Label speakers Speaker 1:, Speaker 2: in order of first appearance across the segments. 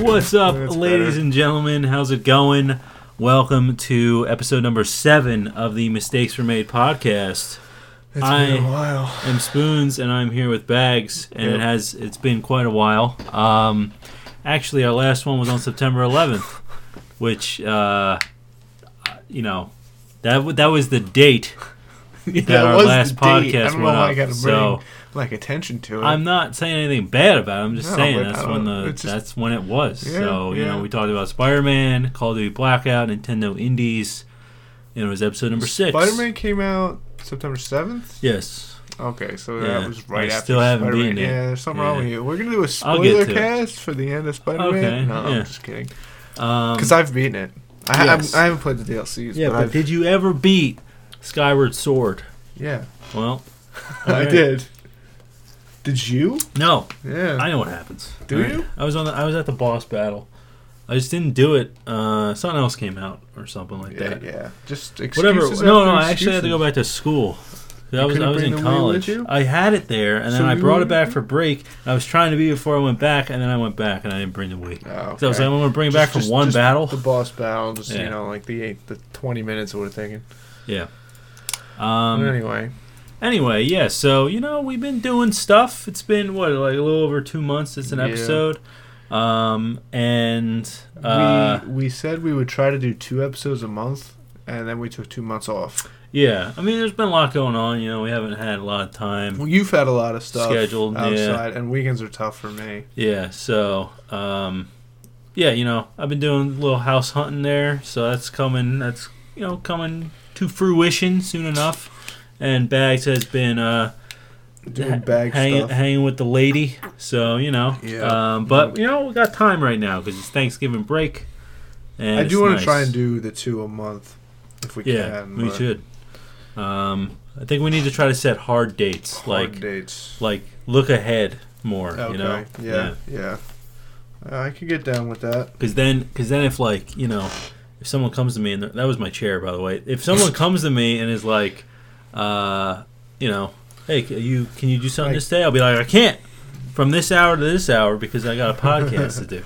Speaker 1: What's up,
Speaker 2: That's
Speaker 1: ladies
Speaker 2: better.
Speaker 1: and gentlemen? How's it going? Welcome to episode number seven of the Mistakes Were Made podcast.
Speaker 2: It's
Speaker 1: I-
Speaker 2: been a while.
Speaker 1: I'm Spoons, and I'm here with Bags, and
Speaker 2: Yep.
Speaker 1: it has it's been quite a while. Um, actually, our last one was on September 11th, which uh, you know that w- that was the date that
Speaker 2: That
Speaker 1: our
Speaker 2: was
Speaker 1: last
Speaker 2: the date. I
Speaker 1: podcast
Speaker 2: don't know
Speaker 1: went
Speaker 2: why I
Speaker 1: up.
Speaker 2: gotta
Speaker 1: so
Speaker 2: bring like attention to it.
Speaker 1: I'm not saying anything bad about it. I'm just
Speaker 2: No,
Speaker 1: saying
Speaker 2: but I
Speaker 1: that's
Speaker 2: don't-
Speaker 1: when the
Speaker 2: it's just-
Speaker 1: that's when it was.
Speaker 2: Yeah,
Speaker 1: so you
Speaker 2: yeah.
Speaker 1: know we talked about Spider Man, Call of Duty Blackout, Nintendo Indies, and it was episode number six.
Speaker 2: Spider-Man came out September seventh.
Speaker 1: Yes.
Speaker 2: Okay, so
Speaker 1: Yeah,
Speaker 2: that was right
Speaker 1: I
Speaker 2: after
Speaker 1: still haven't
Speaker 2: Spider-Man.
Speaker 1: beaten it.
Speaker 2: Yeah, there's something wrong
Speaker 1: Yeah.
Speaker 2: with you. We're gonna do a
Speaker 1: I'll get
Speaker 2: spoiler
Speaker 1: to it.
Speaker 2: cast for the end of Spider-Man.
Speaker 1: Okay,
Speaker 2: no,
Speaker 1: yeah.
Speaker 2: I'm just kidding.
Speaker 1: Um,
Speaker 2: Because I've beaten it. I,
Speaker 1: Yes.
Speaker 2: I, I haven't played the DLCs.
Speaker 1: yeah,
Speaker 2: but,
Speaker 1: but
Speaker 2: I've,
Speaker 1: did you ever beat Skyward Sword?
Speaker 2: yeah,
Speaker 1: Well,
Speaker 2: I
Speaker 1: alright.
Speaker 2: did. Did you?
Speaker 1: No,
Speaker 2: Yeah.
Speaker 1: I know what happens.
Speaker 2: Do
Speaker 1: Alright.
Speaker 2: you?
Speaker 1: I was on. The, I was at the boss battle. I just didn't do it. Uh, something else came out or something like
Speaker 2: yeah,
Speaker 1: that.
Speaker 2: yeah. Just
Speaker 1: Whatever.
Speaker 2: excuses
Speaker 1: No,
Speaker 2: after
Speaker 1: no. I actually had to
Speaker 2: excuses.
Speaker 1: go back to school. I
Speaker 2: You
Speaker 1: was
Speaker 2: couldn't
Speaker 1: I was
Speaker 2: bring
Speaker 1: in
Speaker 2: the Wii with
Speaker 1: college.
Speaker 2: you?
Speaker 1: I had it there, and
Speaker 2: So
Speaker 1: then I
Speaker 2: you
Speaker 1: brought it
Speaker 2: were-
Speaker 1: back for break. and I was trying to be before I went back, and then I went back, and I didn't bring the Wii. So I
Speaker 2: Oh,
Speaker 1: was
Speaker 2: okay.
Speaker 1: like, I'm gonna bring it back
Speaker 2: Just-
Speaker 1: for
Speaker 2: just-
Speaker 1: one
Speaker 2: just
Speaker 1: battle.
Speaker 2: The boss battle, just
Speaker 1: Yeah.
Speaker 2: you know, like the eight, the twenty minutes we're thinking.
Speaker 1: yeah.
Speaker 2: but
Speaker 1: Um.
Speaker 2: anyway,
Speaker 1: Anyway, yeah. So you know, we've been doing stuff. It's been what, like a little over two months since an
Speaker 2: Yeah.
Speaker 1: episode. Um. And uh,
Speaker 2: we we said we would try to do two episodes a month, and then we took two months off.
Speaker 1: yeah, I mean, there's been a lot going on. You know, we haven't had a lot of time.
Speaker 2: Well, you've had a lot of stuff
Speaker 1: Mm. Scheduled, yeah.
Speaker 2: outside, and weekends are tough for me.
Speaker 1: Yeah, so um yeah, you know, I've been doing a little house hunting there, so that's coming that's you know, coming to fruition soon enough. And Bags has been uh
Speaker 2: Doing bag
Speaker 1: hang-
Speaker 2: stuff.
Speaker 1: hanging with the lady, so you know.
Speaker 2: Yeah.
Speaker 1: Um, but you know, we got time right now because it's Thanksgiving break. And
Speaker 2: I
Speaker 1: it's
Speaker 2: do want
Speaker 1: nice.
Speaker 2: to try and do the two a month if we
Speaker 1: Yeah,
Speaker 2: can.
Speaker 1: we
Speaker 2: but
Speaker 1: should. Um, I think we need to try to set hard dates,
Speaker 2: hard
Speaker 1: like
Speaker 2: dates.
Speaker 1: like look ahead more.
Speaker 2: Okay.
Speaker 1: You know,
Speaker 2: yeah, yeah. Uh, I could get down with that.
Speaker 1: Because then, because then, if like you know, if someone comes to me and they're- that was my chair, by the way. If someone comes to me and is like, uh, you know, hey, can you can you do something
Speaker 2: Like-
Speaker 1: this day? I'll be like, I can't. From this hour to this hour because I got a podcast to do.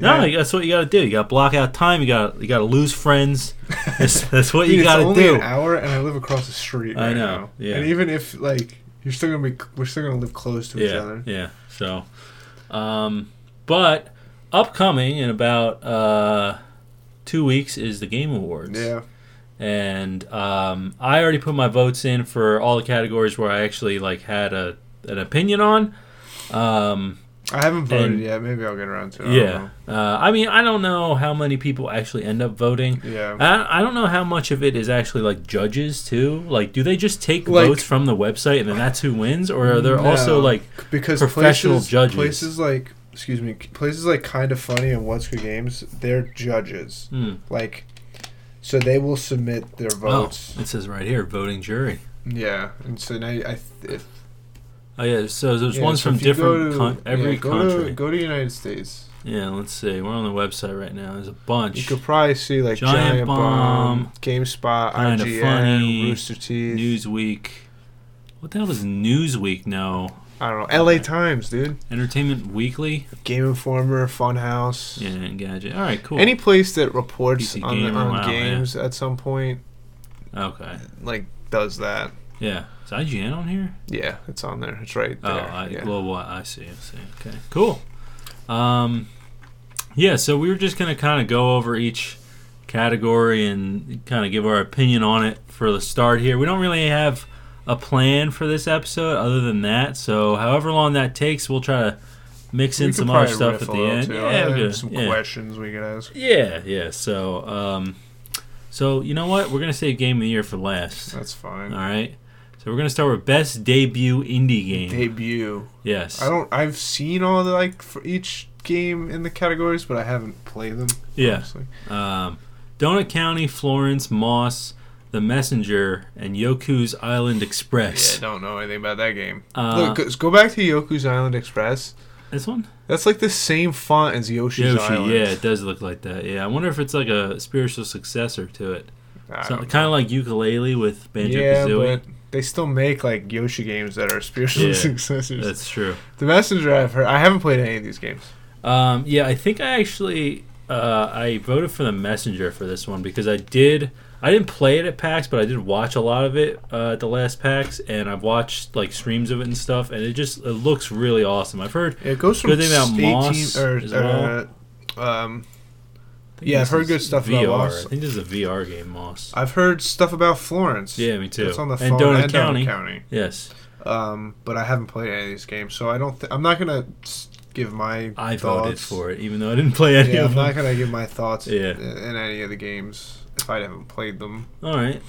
Speaker 1: No,
Speaker 2: Yeah.
Speaker 1: like, that's what you got to do. You got to block out time. You got you got to lose friends. That's, that's what
Speaker 2: Dude,
Speaker 1: you
Speaker 2: it's
Speaker 1: got to
Speaker 2: only
Speaker 1: do.
Speaker 2: an hour, and I live across the street.
Speaker 1: I
Speaker 2: Right
Speaker 1: know,
Speaker 2: Now.
Speaker 1: yeah.
Speaker 2: And even if like you're still gonna be, we're still gonna live close to each
Speaker 1: yeah,
Speaker 2: other.
Speaker 1: yeah. So, um, but upcoming in about uh, two weeks is the Game Awards.
Speaker 2: Yeah.
Speaker 1: and um, I already put my votes in for all the categories where I actually like had a an opinion on. Um,
Speaker 2: I haven't voted
Speaker 1: And-
Speaker 2: yet. Maybe I'll get around to it. I don't
Speaker 1: yeah, uh, I mean, I don't know how many people actually end up voting.
Speaker 2: know. Yeah.
Speaker 1: I, I don't know how much of it is actually like judges too. Like, do they just take
Speaker 2: Like-
Speaker 1: votes from the website and then that's who wins, or are there also
Speaker 2: No.
Speaker 1: like
Speaker 2: because
Speaker 1: professional
Speaker 2: places,
Speaker 1: judges.
Speaker 2: places like excuse me, places like kind of funny and What's Good Games, they're judges.
Speaker 1: hmm,
Speaker 2: Like, so they will submit their
Speaker 1: oh,
Speaker 2: votes.
Speaker 1: it says right here voting jury.
Speaker 2: Yeah, and so now I th- if,
Speaker 1: Oh yeah, so there's
Speaker 2: yeah,
Speaker 1: ones
Speaker 2: so
Speaker 1: from
Speaker 2: if you
Speaker 1: different
Speaker 2: go to-
Speaker 1: coun- every
Speaker 2: yeah, go
Speaker 1: country.
Speaker 2: To, go to United States.
Speaker 1: yeah, let's see. We're on the website right now. There's a bunch.
Speaker 2: You could probably see like
Speaker 1: Giant
Speaker 2: Giant, Bomb,
Speaker 1: Bomb,
Speaker 2: GameSpot,
Speaker 1: Kinda
Speaker 2: IGN,
Speaker 1: Funny,
Speaker 2: Rooster Teeth.
Speaker 1: Newsweek. What the hell does Newsweek know?
Speaker 2: I don't know. LA Times, dude.
Speaker 1: Entertainment Weekly?
Speaker 2: Game Informer, Funhouse.
Speaker 1: Yeah, and Gadget. All right, cool.
Speaker 2: Any place that reports
Speaker 1: PC
Speaker 2: on,
Speaker 1: Gamer,
Speaker 2: on
Speaker 1: wow,
Speaker 2: games at some point,
Speaker 1: okay.
Speaker 2: like does that.
Speaker 1: Yeah. Is IGN on here?
Speaker 2: Yeah, it's on there. It's right
Speaker 1: Oh,
Speaker 2: there.
Speaker 1: I,
Speaker 2: yeah.
Speaker 1: global. I see. I see. Okay. Cool. Um, yeah, so we were just going to kind of go over each category and kind of give our opinion on it for the start here. We don't really have a plan for this episode other than that, so however long that takes, we'll try to mix
Speaker 2: We
Speaker 1: in
Speaker 2: could
Speaker 1: some other
Speaker 2: probably
Speaker 1: stuff
Speaker 2: riff
Speaker 1: at
Speaker 2: a
Speaker 1: the
Speaker 2: little,
Speaker 1: end.
Speaker 2: too.
Speaker 1: Yeah,
Speaker 2: I
Speaker 1: we
Speaker 2: have
Speaker 1: could-
Speaker 2: some
Speaker 1: yeah.
Speaker 2: questions we could ask.
Speaker 1: Yeah, yeah. So, um, so you know what? We're gonna save game of the year for last.
Speaker 2: That's fine.
Speaker 1: All right. So we're gonna start with best debut indie game.
Speaker 2: Debut.
Speaker 1: yes.
Speaker 2: I don't. I've seen all the like for each game in the categories, but I haven't played them.
Speaker 1: yeah.
Speaker 2: honestly.
Speaker 1: Um, Donut County, Florence, Moss, The Messenger, and Yoku's Island
Speaker 2: Yeah, I
Speaker 1: Express.
Speaker 2: don't know anything about that game.
Speaker 1: Uh,
Speaker 2: Look, go- go back to Yoku's Island Express.
Speaker 1: this one.
Speaker 2: That's like the same font as Yoshi's
Speaker 1: Yoshi.
Speaker 2: Island.
Speaker 1: Yeah, it does look like that. Yeah. I wonder if it's like a spiritual successor to it.
Speaker 2: I don't-
Speaker 1: Kind of like ukulele with banjo
Speaker 2: yeah,
Speaker 1: kazooie.
Speaker 2: but they still make like Yoshi games that are spiritual
Speaker 1: Yeah,
Speaker 2: successors.
Speaker 1: That's true.
Speaker 2: The Messenger I've heard. I haven't played any of these games.
Speaker 1: Um, yeah, I think I actually uh, I voted for the messenger for this one because I did. I didn't play it at PAX, but I did watch a lot of it uh, at the last PAX, and I've watched like streams of it and stuff, and it just it looks really awesome. I've heard
Speaker 2: It goes from
Speaker 1: Good thing about
Speaker 2: 18
Speaker 1: Moss
Speaker 2: or,
Speaker 1: as well.
Speaker 2: uh, um,
Speaker 1: I think
Speaker 2: Yeah, I've
Speaker 1: this
Speaker 2: heard
Speaker 1: is
Speaker 2: good stuff about
Speaker 1: VR.
Speaker 2: Moss.
Speaker 1: I think this is a VR game, Moss.
Speaker 2: I've heard stuff about Florence.
Speaker 1: Yeah, me too.
Speaker 2: It's on the
Speaker 1: and
Speaker 2: phone
Speaker 1: Donut
Speaker 2: and
Speaker 1: County.
Speaker 2: Donut County.
Speaker 1: Yes,
Speaker 2: Um, but I haven't played any of these games, so I don't. Th- I'm not gonna s- give my.
Speaker 1: I
Speaker 2: thoughts.
Speaker 1: voted for it, even though I didn't play any
Speaker 2: Yeah,
Speaker 1: of
Speaker 2: I'm
Speaker 1: them.
Speaker 2: not gonna give my thoughts
Speaker 1: Yeah.
Speaker 2: in, in any of the games if I haven't played them.
Speaker 1: All right.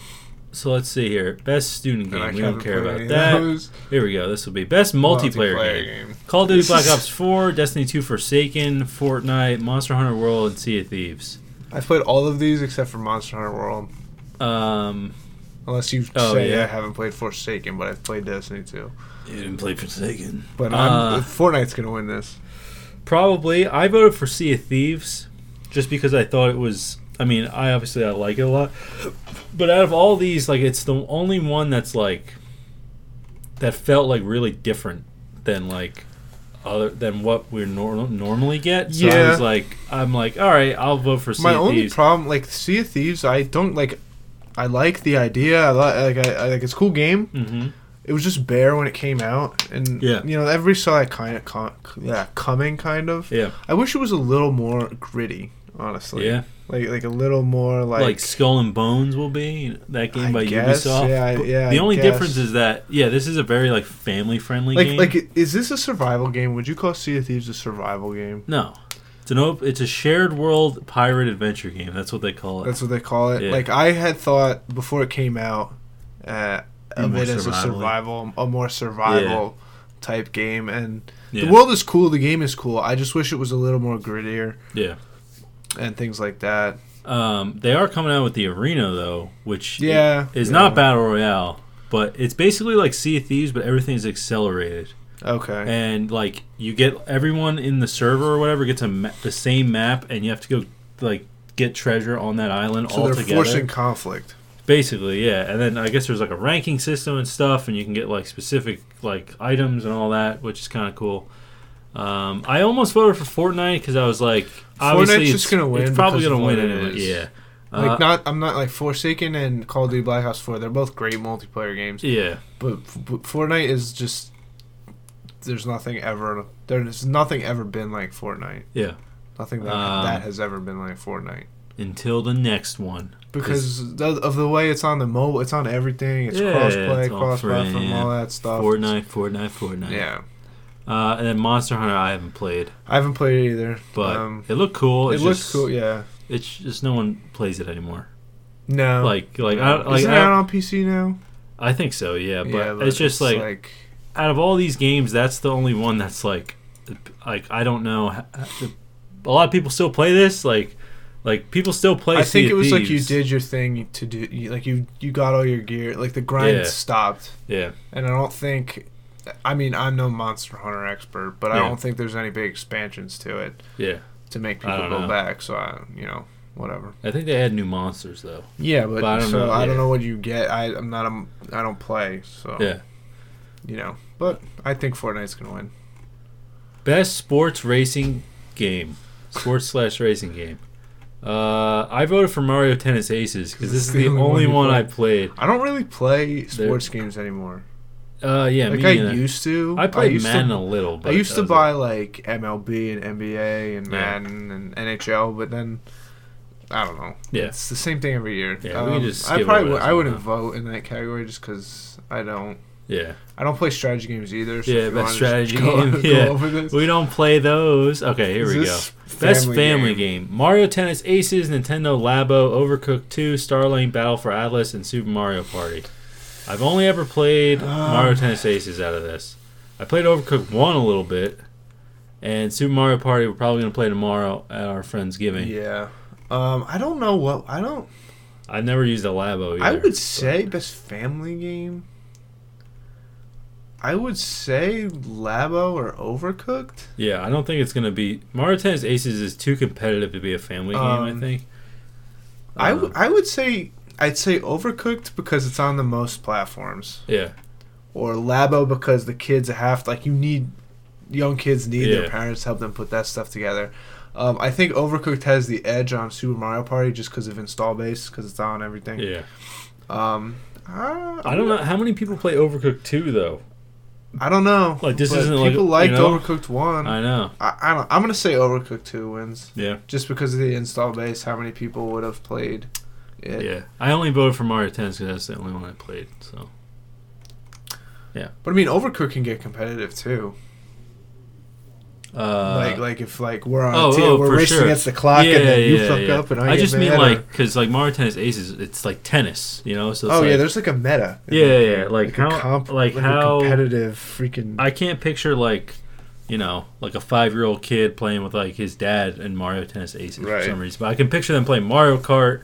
Speaker 1: So let's see here. Best student
Speaker 2: And I
Speaker 1: game. We don't
Speaker 2: haven't
Speaker 1: care
Speaker 2: played
Speaker 1: about
Speaker 2: any of
Speaker 1: that.
Speaker 2: those.
Speaker 1: Here we go. This will be best multiplayer, game.
Speaker 2: game.
Speaker 1: Call of Duty Black Ops 4, Destiny 2 Forsaken, Fortnite, Monster Hunter World, and Sea of Thieves.
Speaker 2: I've played all of these except for Monster Hunter World.
Speaker 1: Um,
Speaker 2: Unless you
Speaker 1: Oh,
Speaker 2: say
Speaker 1: yeah.
Speaker 2: I haven't played Forsaken, but I've played Destiny 2.
Speaker 1: you didn't play Forsaken.
Speaker 2: But I'm,
Speaker 1: Uh,
Speaker 2: Fortnite's gonna win this.
Speaker 1: Probably. I voted for Sea of Thieves just because I thought it was. I mean, I obviously I like it a lot, but out of all these, like it's the only one that's like that felt like really different than like other than what we nor- normally get. So I
Speaker 2: Yeah.
Speaker 1: was like, I'm like, all right, I'll vote for Sea
Speaker 2: My
Speaker 1: of
Speaker 2: only
Speaker 1: Thieves.
Speaker 2: problem, like Sea of Thieves, I don't like. I like the idea. I li- like. I, I like. It's a cool game.
Speaker 1: mm-hmm.
Speaker 2: It was just bare when it came out, and
Speaker 1: Yeah.
Speaker 2: you know, everybody saw that kind of con- yeah coming. Kind of.
Speaker 1: Yeah,
Speaker 2: I wish it was a little more gritty, honestly.
Speaker 1: Oh, yeah.
Speaker 2: Like like a little more like.
Speaker 1: Like, Skull and Bones will be that game
Speaker 2: I
Speaker 1: by
Speaker 2: guess,
Speaker 1: Ubisoft.
Speaker 2: yeah, I-
Speaker 1: But
Speaker 2: yeah, I
Speaker 1: the only
Speaker 2: guess.
Speaker 1: difference is that yeah, this is a very like family friendly
Speaker 2: like,
Speaker 1: game.
Speaker 2: like, is this a survival game? Would you call Sea of Thieves a survival game?
Speaker 1: No. It's an op- it's a shared world pirate adventure game. That's what they call it.
Speaker 2: That's what they call it.
Speaker 1: Yeah.
Speaker 2: Like I had thought before it came out uh,
Speaker 1: Be
Speaker 2: of
Speaker 1: more
Speaker 2: it as a
Speaker 1: survival-y.
Speaker 2: survival, a more survival type game, and
Speaker 1: Yeah.
Speaker 2: the world is cool. The game is cool. I just wish it was a little more grittier
Speaker 1: yeah.
Speaker 2: and things like that.
Speaker 1: Um, they are coming out with the arena though, which
Speaker 2: Yeah,
Speaker 1: is
Speaker 2: yeah.
Speaker 1: not battle royale, but it's basically like Sea of Thieves, but everything's accelerated.
Speaker 2: Okay.
Speaker 1: And like you get everyone in the server or whatever gets a ma- the same map, and you have to go like get treasure on that island
Speaker 2: so
Speaker 1: all
Speaker 2: they're
Speaker 1: together.
Speaker 2: forcing conflict.
Speaker 1: Basically, yeah. And then I guess there's like a ranking system and stuff, and you can get like specific like items and all that, which is kind of cool. Um, I almost voted for Fortnite because I was like, obviously
Speaker 2: just
Speaker 1: it's,
Speaker 2: gonna win
Speaker 1: it's probably
Speaker 2: because
Speaker 1: gonna
Speaker 2: of what
Speaker 1: win
Speaker 2: it
Speaker 1: anyway.
Speaker 2: is.
Speaker 1: Yeah, Uh,
Speaker 2: Like not, I'm not like Forsaken and Call of Duty Black Ops Four. They're both great multiplayer games,
Speaker 1: yeah,
Speaker 2: but, f- but Fortnite is just there's nothing ever. There's nothing ever been like Fortnite.
Speaker 1: yeah.
Speaker 2: Nothing that,
Speaker 1: Um,
Speaker 2: that has ever been like Fortnite.
Speaker 1: Until the next one,
Speaker 2: because the, of the way it's on the mobile, it's on everything. It's
Speaker 1: Yeah,
Speaker 2: crossplay,
Speaker 1: it's all
Speaker 2: cross-platform,
Speaker 1: free, yeah.
Speaker 2: all that stuff.
Speaker 1: Fortnite, Fortnite, Fortnite.
Speaker 2: Yeah,
Speaker 1: Uh, and then Monster Hunter, I haven't played,
Speaker 2: I haven't played it either.
Speaker 1: but
Speaker 2: um,
Speaker 1: it looked cool.
Speaker 2: it
Speaker 1: It's
Speaker 2: looks
Speaker 1: just-
Speaker 2: cool. Yeah.
Speaker 1: It's just no one plays it anymore.
Speaker 2: No.
Speaker 1: Like, like, I, don't- like
Speaker 2: Isn't it
Speaker 1: I,
Speaker 2: out on PC now?
Speaker 1: I think so. Yeah, but,
Speaker 2: Yeah,
Speaker 1: it's just like
Speaker 2: like
Speaker 1: out of all these games, that's the only one that's like, like I don't know. h- h- A lot of people still play this. Like, like people still play.
Speaker 2: I
Speaker 1: Sea of
Speaker 2: think it was like you
Speaker 1: Thieves.
Speaker 2: did your thing to do. You, like you, you got all your gear. Like the grind
Speaker 1: Yeah.
Speaker 2: stopped,
Speaker 1: Yeah,
Speaker 2: and I don't think. I mean, I'm no Monster Hunter expert, but I
Speaker 1: Yeah.
Speaker 2: don't think there's any big expansions to it
Speaker 1: yeah.
Speaker 2: to make
Speaker 1: I
Speaker 2: people
Speaker 1: don't
Speaker 2: go
Speaker 1: know.
Speaker 2: back. So I, you know, whatever.
Speaker 1: I think they had new monsters though.
Speaker 2: Yeah, but,
Speaker 1: But I don't
Speaker 2: so
Speaker 1: know,
Speaker 2: I don't
Speaker 1: yeah.
Speaker 2: know what you get. I, I'm not. I'm. I don't play. So
Speaker 1: Yeah.
Speaker 2: you know. But I think Fortnite's gonna win.
Speaker 1: Best sports racing game, sports slash racing game. Uh, I voted for Mario Tennis Aces because this is the only
Speaker 2: you
Speaker 1: one I
Speaker 2: played.
Speaker 1: played.
Speaker 2: I don't really play sports games anymore.
Speaker 1: Uh, yeah,
Speaker 2: like
Speaker 1: me
Speaker 2: I
Speaker 1: neither.
Speaker 2: used to.
Speaker 1: I played
Speaker 2: used
Speaker 1: Madden
Speaker 2: To,
Speaker 1: a little. But
Speaker 2: I used to
Speaker 1: that was
Speaker 2: buy
Speaker 1: it.
Speaker 2: like MLB and NBA and
Speaker 1: Yeah.
Speaker 2: Madden and NHL, but then I don't know.
Speaker 1: Yeah.
Speaker 2: It's the same thing every year. Um,
Speaker 1: Yeah, we can just
Speaker 2: I
Speaker 1: skip
Speaker 2: probably
Speaker 1: over
Speaker 2: would,
Speaker 1: that
Speaker 2: I wouldn't
Speaker 1: somehow.
Speaker 2: vote in that category just because I don't.
Speaker 1: Yeah,
Speaker 2: I don't play strategy games either. So
Speaker 1: Yeah,
Speaker 2: if you
Speaker 1: best
Speaker 2: wanna just
Speaker 1: strategy
Speaker 2: go-
Speaker 1: game,
Speaker 2: go
Speaker 1: yeah.
Speaker 2: over this.
Speaker 1: we don't play those. Okay, here
Speaker 2: Is
Speaker 1: we go.
Speaker 2: this
Speaker 1: Best family game. Mario Tennis Aces, Nintendo Labo, Overcooked 2, Starlane Battle for Atlas, and Super Mario Party. I've only ever played
Speaker 2: Ah.
Speaker 1: Mario Tennis Aces out of this. I played Overcooked 1 a little bit, and Super Mario Party we're probably going to play tomorrow at our friend's giving.
Speaker 2: Yeah. Um, I don't know what I don't.
Speaker 1: I've never used a Labo either.
Speaker 2: I would say best family game. I would say Labo or Overcooked.
Speaker 1: Yeah, I don't think it's going to be. Mario Tennis Aces is too competitive to be a family game, I
Speaker 2: Um,
Speaker 1: think.
Speaker 2: I, w-
Speaker 1: Um,
Speaker 2: I would say I'd say Overcooked because it's on the most platforms,
Speaker 1: Yeah,
Speaker 2: or Labo because the kids have to, like you need young kids need
Speaker 1: Yeah.
Speaker 2: their parents to help them put that stuff together. Um, I think Overcooked has the edge on Super Mario Party just because of install base, because it's on everything.
Speaker 1: Yeah.
Speaker 2: Um, I,
Speaker 1: I don't know how many people play Overcooked 2 though.
Speaker 2: I don't know.
Speaker 1: Like, this
Speaker 2: but
Speaker 1: isn't like-
Speaker 2: people
Speaker 1: you
Speaker 2: liked
Speaker 1: know?
Speaker 2: Overcooked one. I,
Speaker 1: I know.
Speaker 2: I, don't. I'm gonna say Overcooked two wins
Speaker 1: Yeah.
Speaker 2: just because of the install base. How many people would have played it?
Speaker 1: Yeah. I only voted for Mario Tennis because that's the only one I played. So
Speaker 2: But I mean, Overcooked can get competitive too.
Speaker 1: uh,
Speaker 2: like, like if like we're on
Speaker 1: oh,
Speaker 2: a team,
Speaker 1: oh,
Speaker 2: we're
Speaker 1: for
Speaker 2: racing
Speaker 1: sure.
Speaker 2: against the clock, and then you fuck up, and I, get
Speaker 1: just mean
Speaker 2: mad, or-
Speaker 1: like because like Mario Tennis Aces, it's like tennis, you know. So it's
Speaker 2: oh yeah,
Speaker 1: like-
Speaker 2: there's like a meta.
Speaker 1: yeah, yeah, yeah, like,
Speaker 2: a
Speaker 1: how,
Speaker 2: comp-
Speaker 1: like,
Speaker 2: a
Speaker 1: how
Speaker 2: competitive freaking.
Speaker 1: I can't picture like, you know, like a five year old kid playing with like his dad and Mario Tennis Aces
Speaker 2: Right.
Speaker 1: for some reason. But I can picture them playing Mario Kart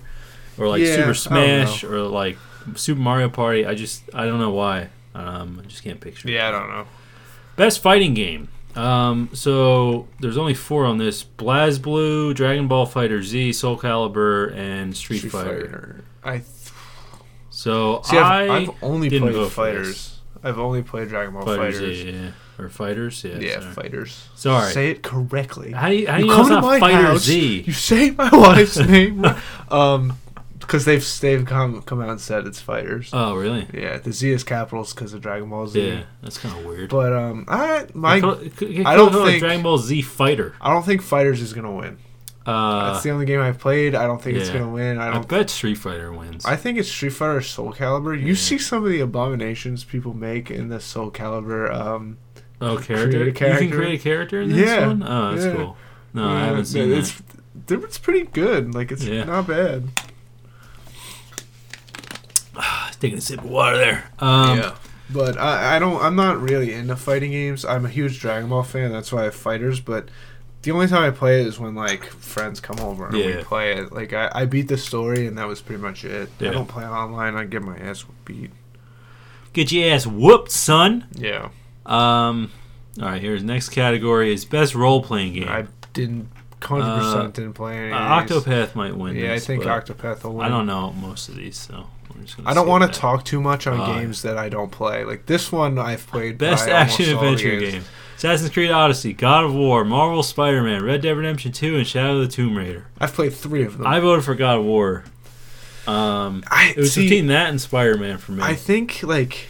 Speaker 1: or like
Speaker 2: Yeah, I
Speaker 1: Super
Speaker 2: don't
Speaker 1: Smash or like Super Mario Party. I just I don't know why. Um, I just can't picture. it.
Speaker 2: yeah, I don't know.
Speaker 1: Best fighting game. Um, so there's only four on this: BlazBlue, Dragon Ball Fighter Z, Soul Calibur, and Street, Fighter.
Speaker 2: I
Speaker 1: So
Speaker 2: see.
Speaker 1: I
Speaker 2: I've, I've only
Speaker 1: didn't vote
Speaker 2: played
Speaker 1: for this.
Speaker 2: fighters. I've only played Dragon Ball
Speaker 1: fighters,
Speaker 2: fighters.
Speaker 1: Yeah, yeah, yeah. or fighters. Yeah.
Speaker 2: Yeah,
Speaker 1: sorry.
Speaker 2: fighters.
Speaker 1: Sorry.
Speaker 2: Say it correctly.
Speaker 1: How do you, how do you know it's not Fighter Z?
Speaker 2: You say my wife's name, um, because they've they've come come out and said it's fighters.
Speaker 1: Oh, really?
Speaker 2: yeah, the Z is capitals because of Dragon Ball Z.
Speaker 1: Yeah, that's kind of weird.
Speaker 2: But um, I my
Speaker 1: They call- they call it
Speaker 2: I don't
Speaker 1: a
Speaker 2: think-
Speaker 1: Dragon Ball Z Fighter.
Speaker 2: I don't think fighters is gonna win.
Speaker 1: Uh,
Speaker 2: That's the only game I've played. I don't think it's
Speaker 1: yeah.
Speaker 2: gonna win. I
Speaker 1: I,
Speaker 2: don't.
Speaker 1: bet Street Fighter wins.
Speaker 2: I think it's Street Fighter or Soul Calibur. You
Speaker 1: Yeah.
Speaker 2: see some of the abominations people make in the Soul Calibur. Um,
Speaker 1: oh,
Speaker 2: create
Speaker 1: character?
Speaker 2: a
Speaker 1: You
Speaker 2: character.
Speaker 1: can create a character in this
Speaker 2: Yeah,
Speaker 1: one. Oh, that's
Speaker 2: yeah.
Speaker 1: cool. No, I haven't seen
Speaker 2: it's,
Speaker 1: that.
Speaker 2: It's, it's pretty good. Like it's
Speaker 1: Yeah.
Speaker 2: not bad.
Speaker 1: I was taking a sip of water there. Um,
Speaker 2: But I, I don't. I'm not really into fighting games. I'm a huge Dragon Ball fan. That's why I have fighters. But the only time I play it is when like friends come over and
Speaker 1: Yeah.
Speaker 2: we play it. Like I, I beat the story and that was pretty much it.
Speaker 1: Yeah.
Speaker 2: I don't play online. I get my ass beat.
Speaker 1: Get your ass whooped, son.
Speaker 2: Yeah.
Speaker 1: Um, all right, here's next category is best role playing game.
Speaker 2: I didn't. Hundred
Speaker 1: Uh,
Speaker 2: percent didn't play any.
Speaker 1: Uh,
Speaker 2: of these.
Speaker 1: Octopath might win.
Speaker 2: Yeah, I
Speaker 1: this,
Speaker 2: think
Speaker 1: but
Speaker 2: Octopath will win.
Speaker 1: I don't know most of these, so I'm just gonna
Speaker 2: I don't
Speaker 1: skip
Speaker 2: want
Speaker 1: that.
Speaker 2: to talk too much on
Speaker 1: Oh, yeah.
Speaker 2: games that I don't play. Like this one, I've played.
Speaker 1: Best
Speaker 2: by almost
Speaker 1: action
Speaker 2: all the
Speaker 1: adventure
Speaker 2: games.
Speaker 1: game: Assassin's Creed Odyssey, God of War, Marvel Spider-Man, Red Dead Redemption 2, and Shadow of the Tomb Raider.
Speaker 2: I've played three of them.
Speaker 1: I voted for God of War. Um,
Speaker 2: I
Speaker 1: it was
Speaker 2: see,
Speaker 1: between that and Spider-Man for me.
Speaker 2: I think like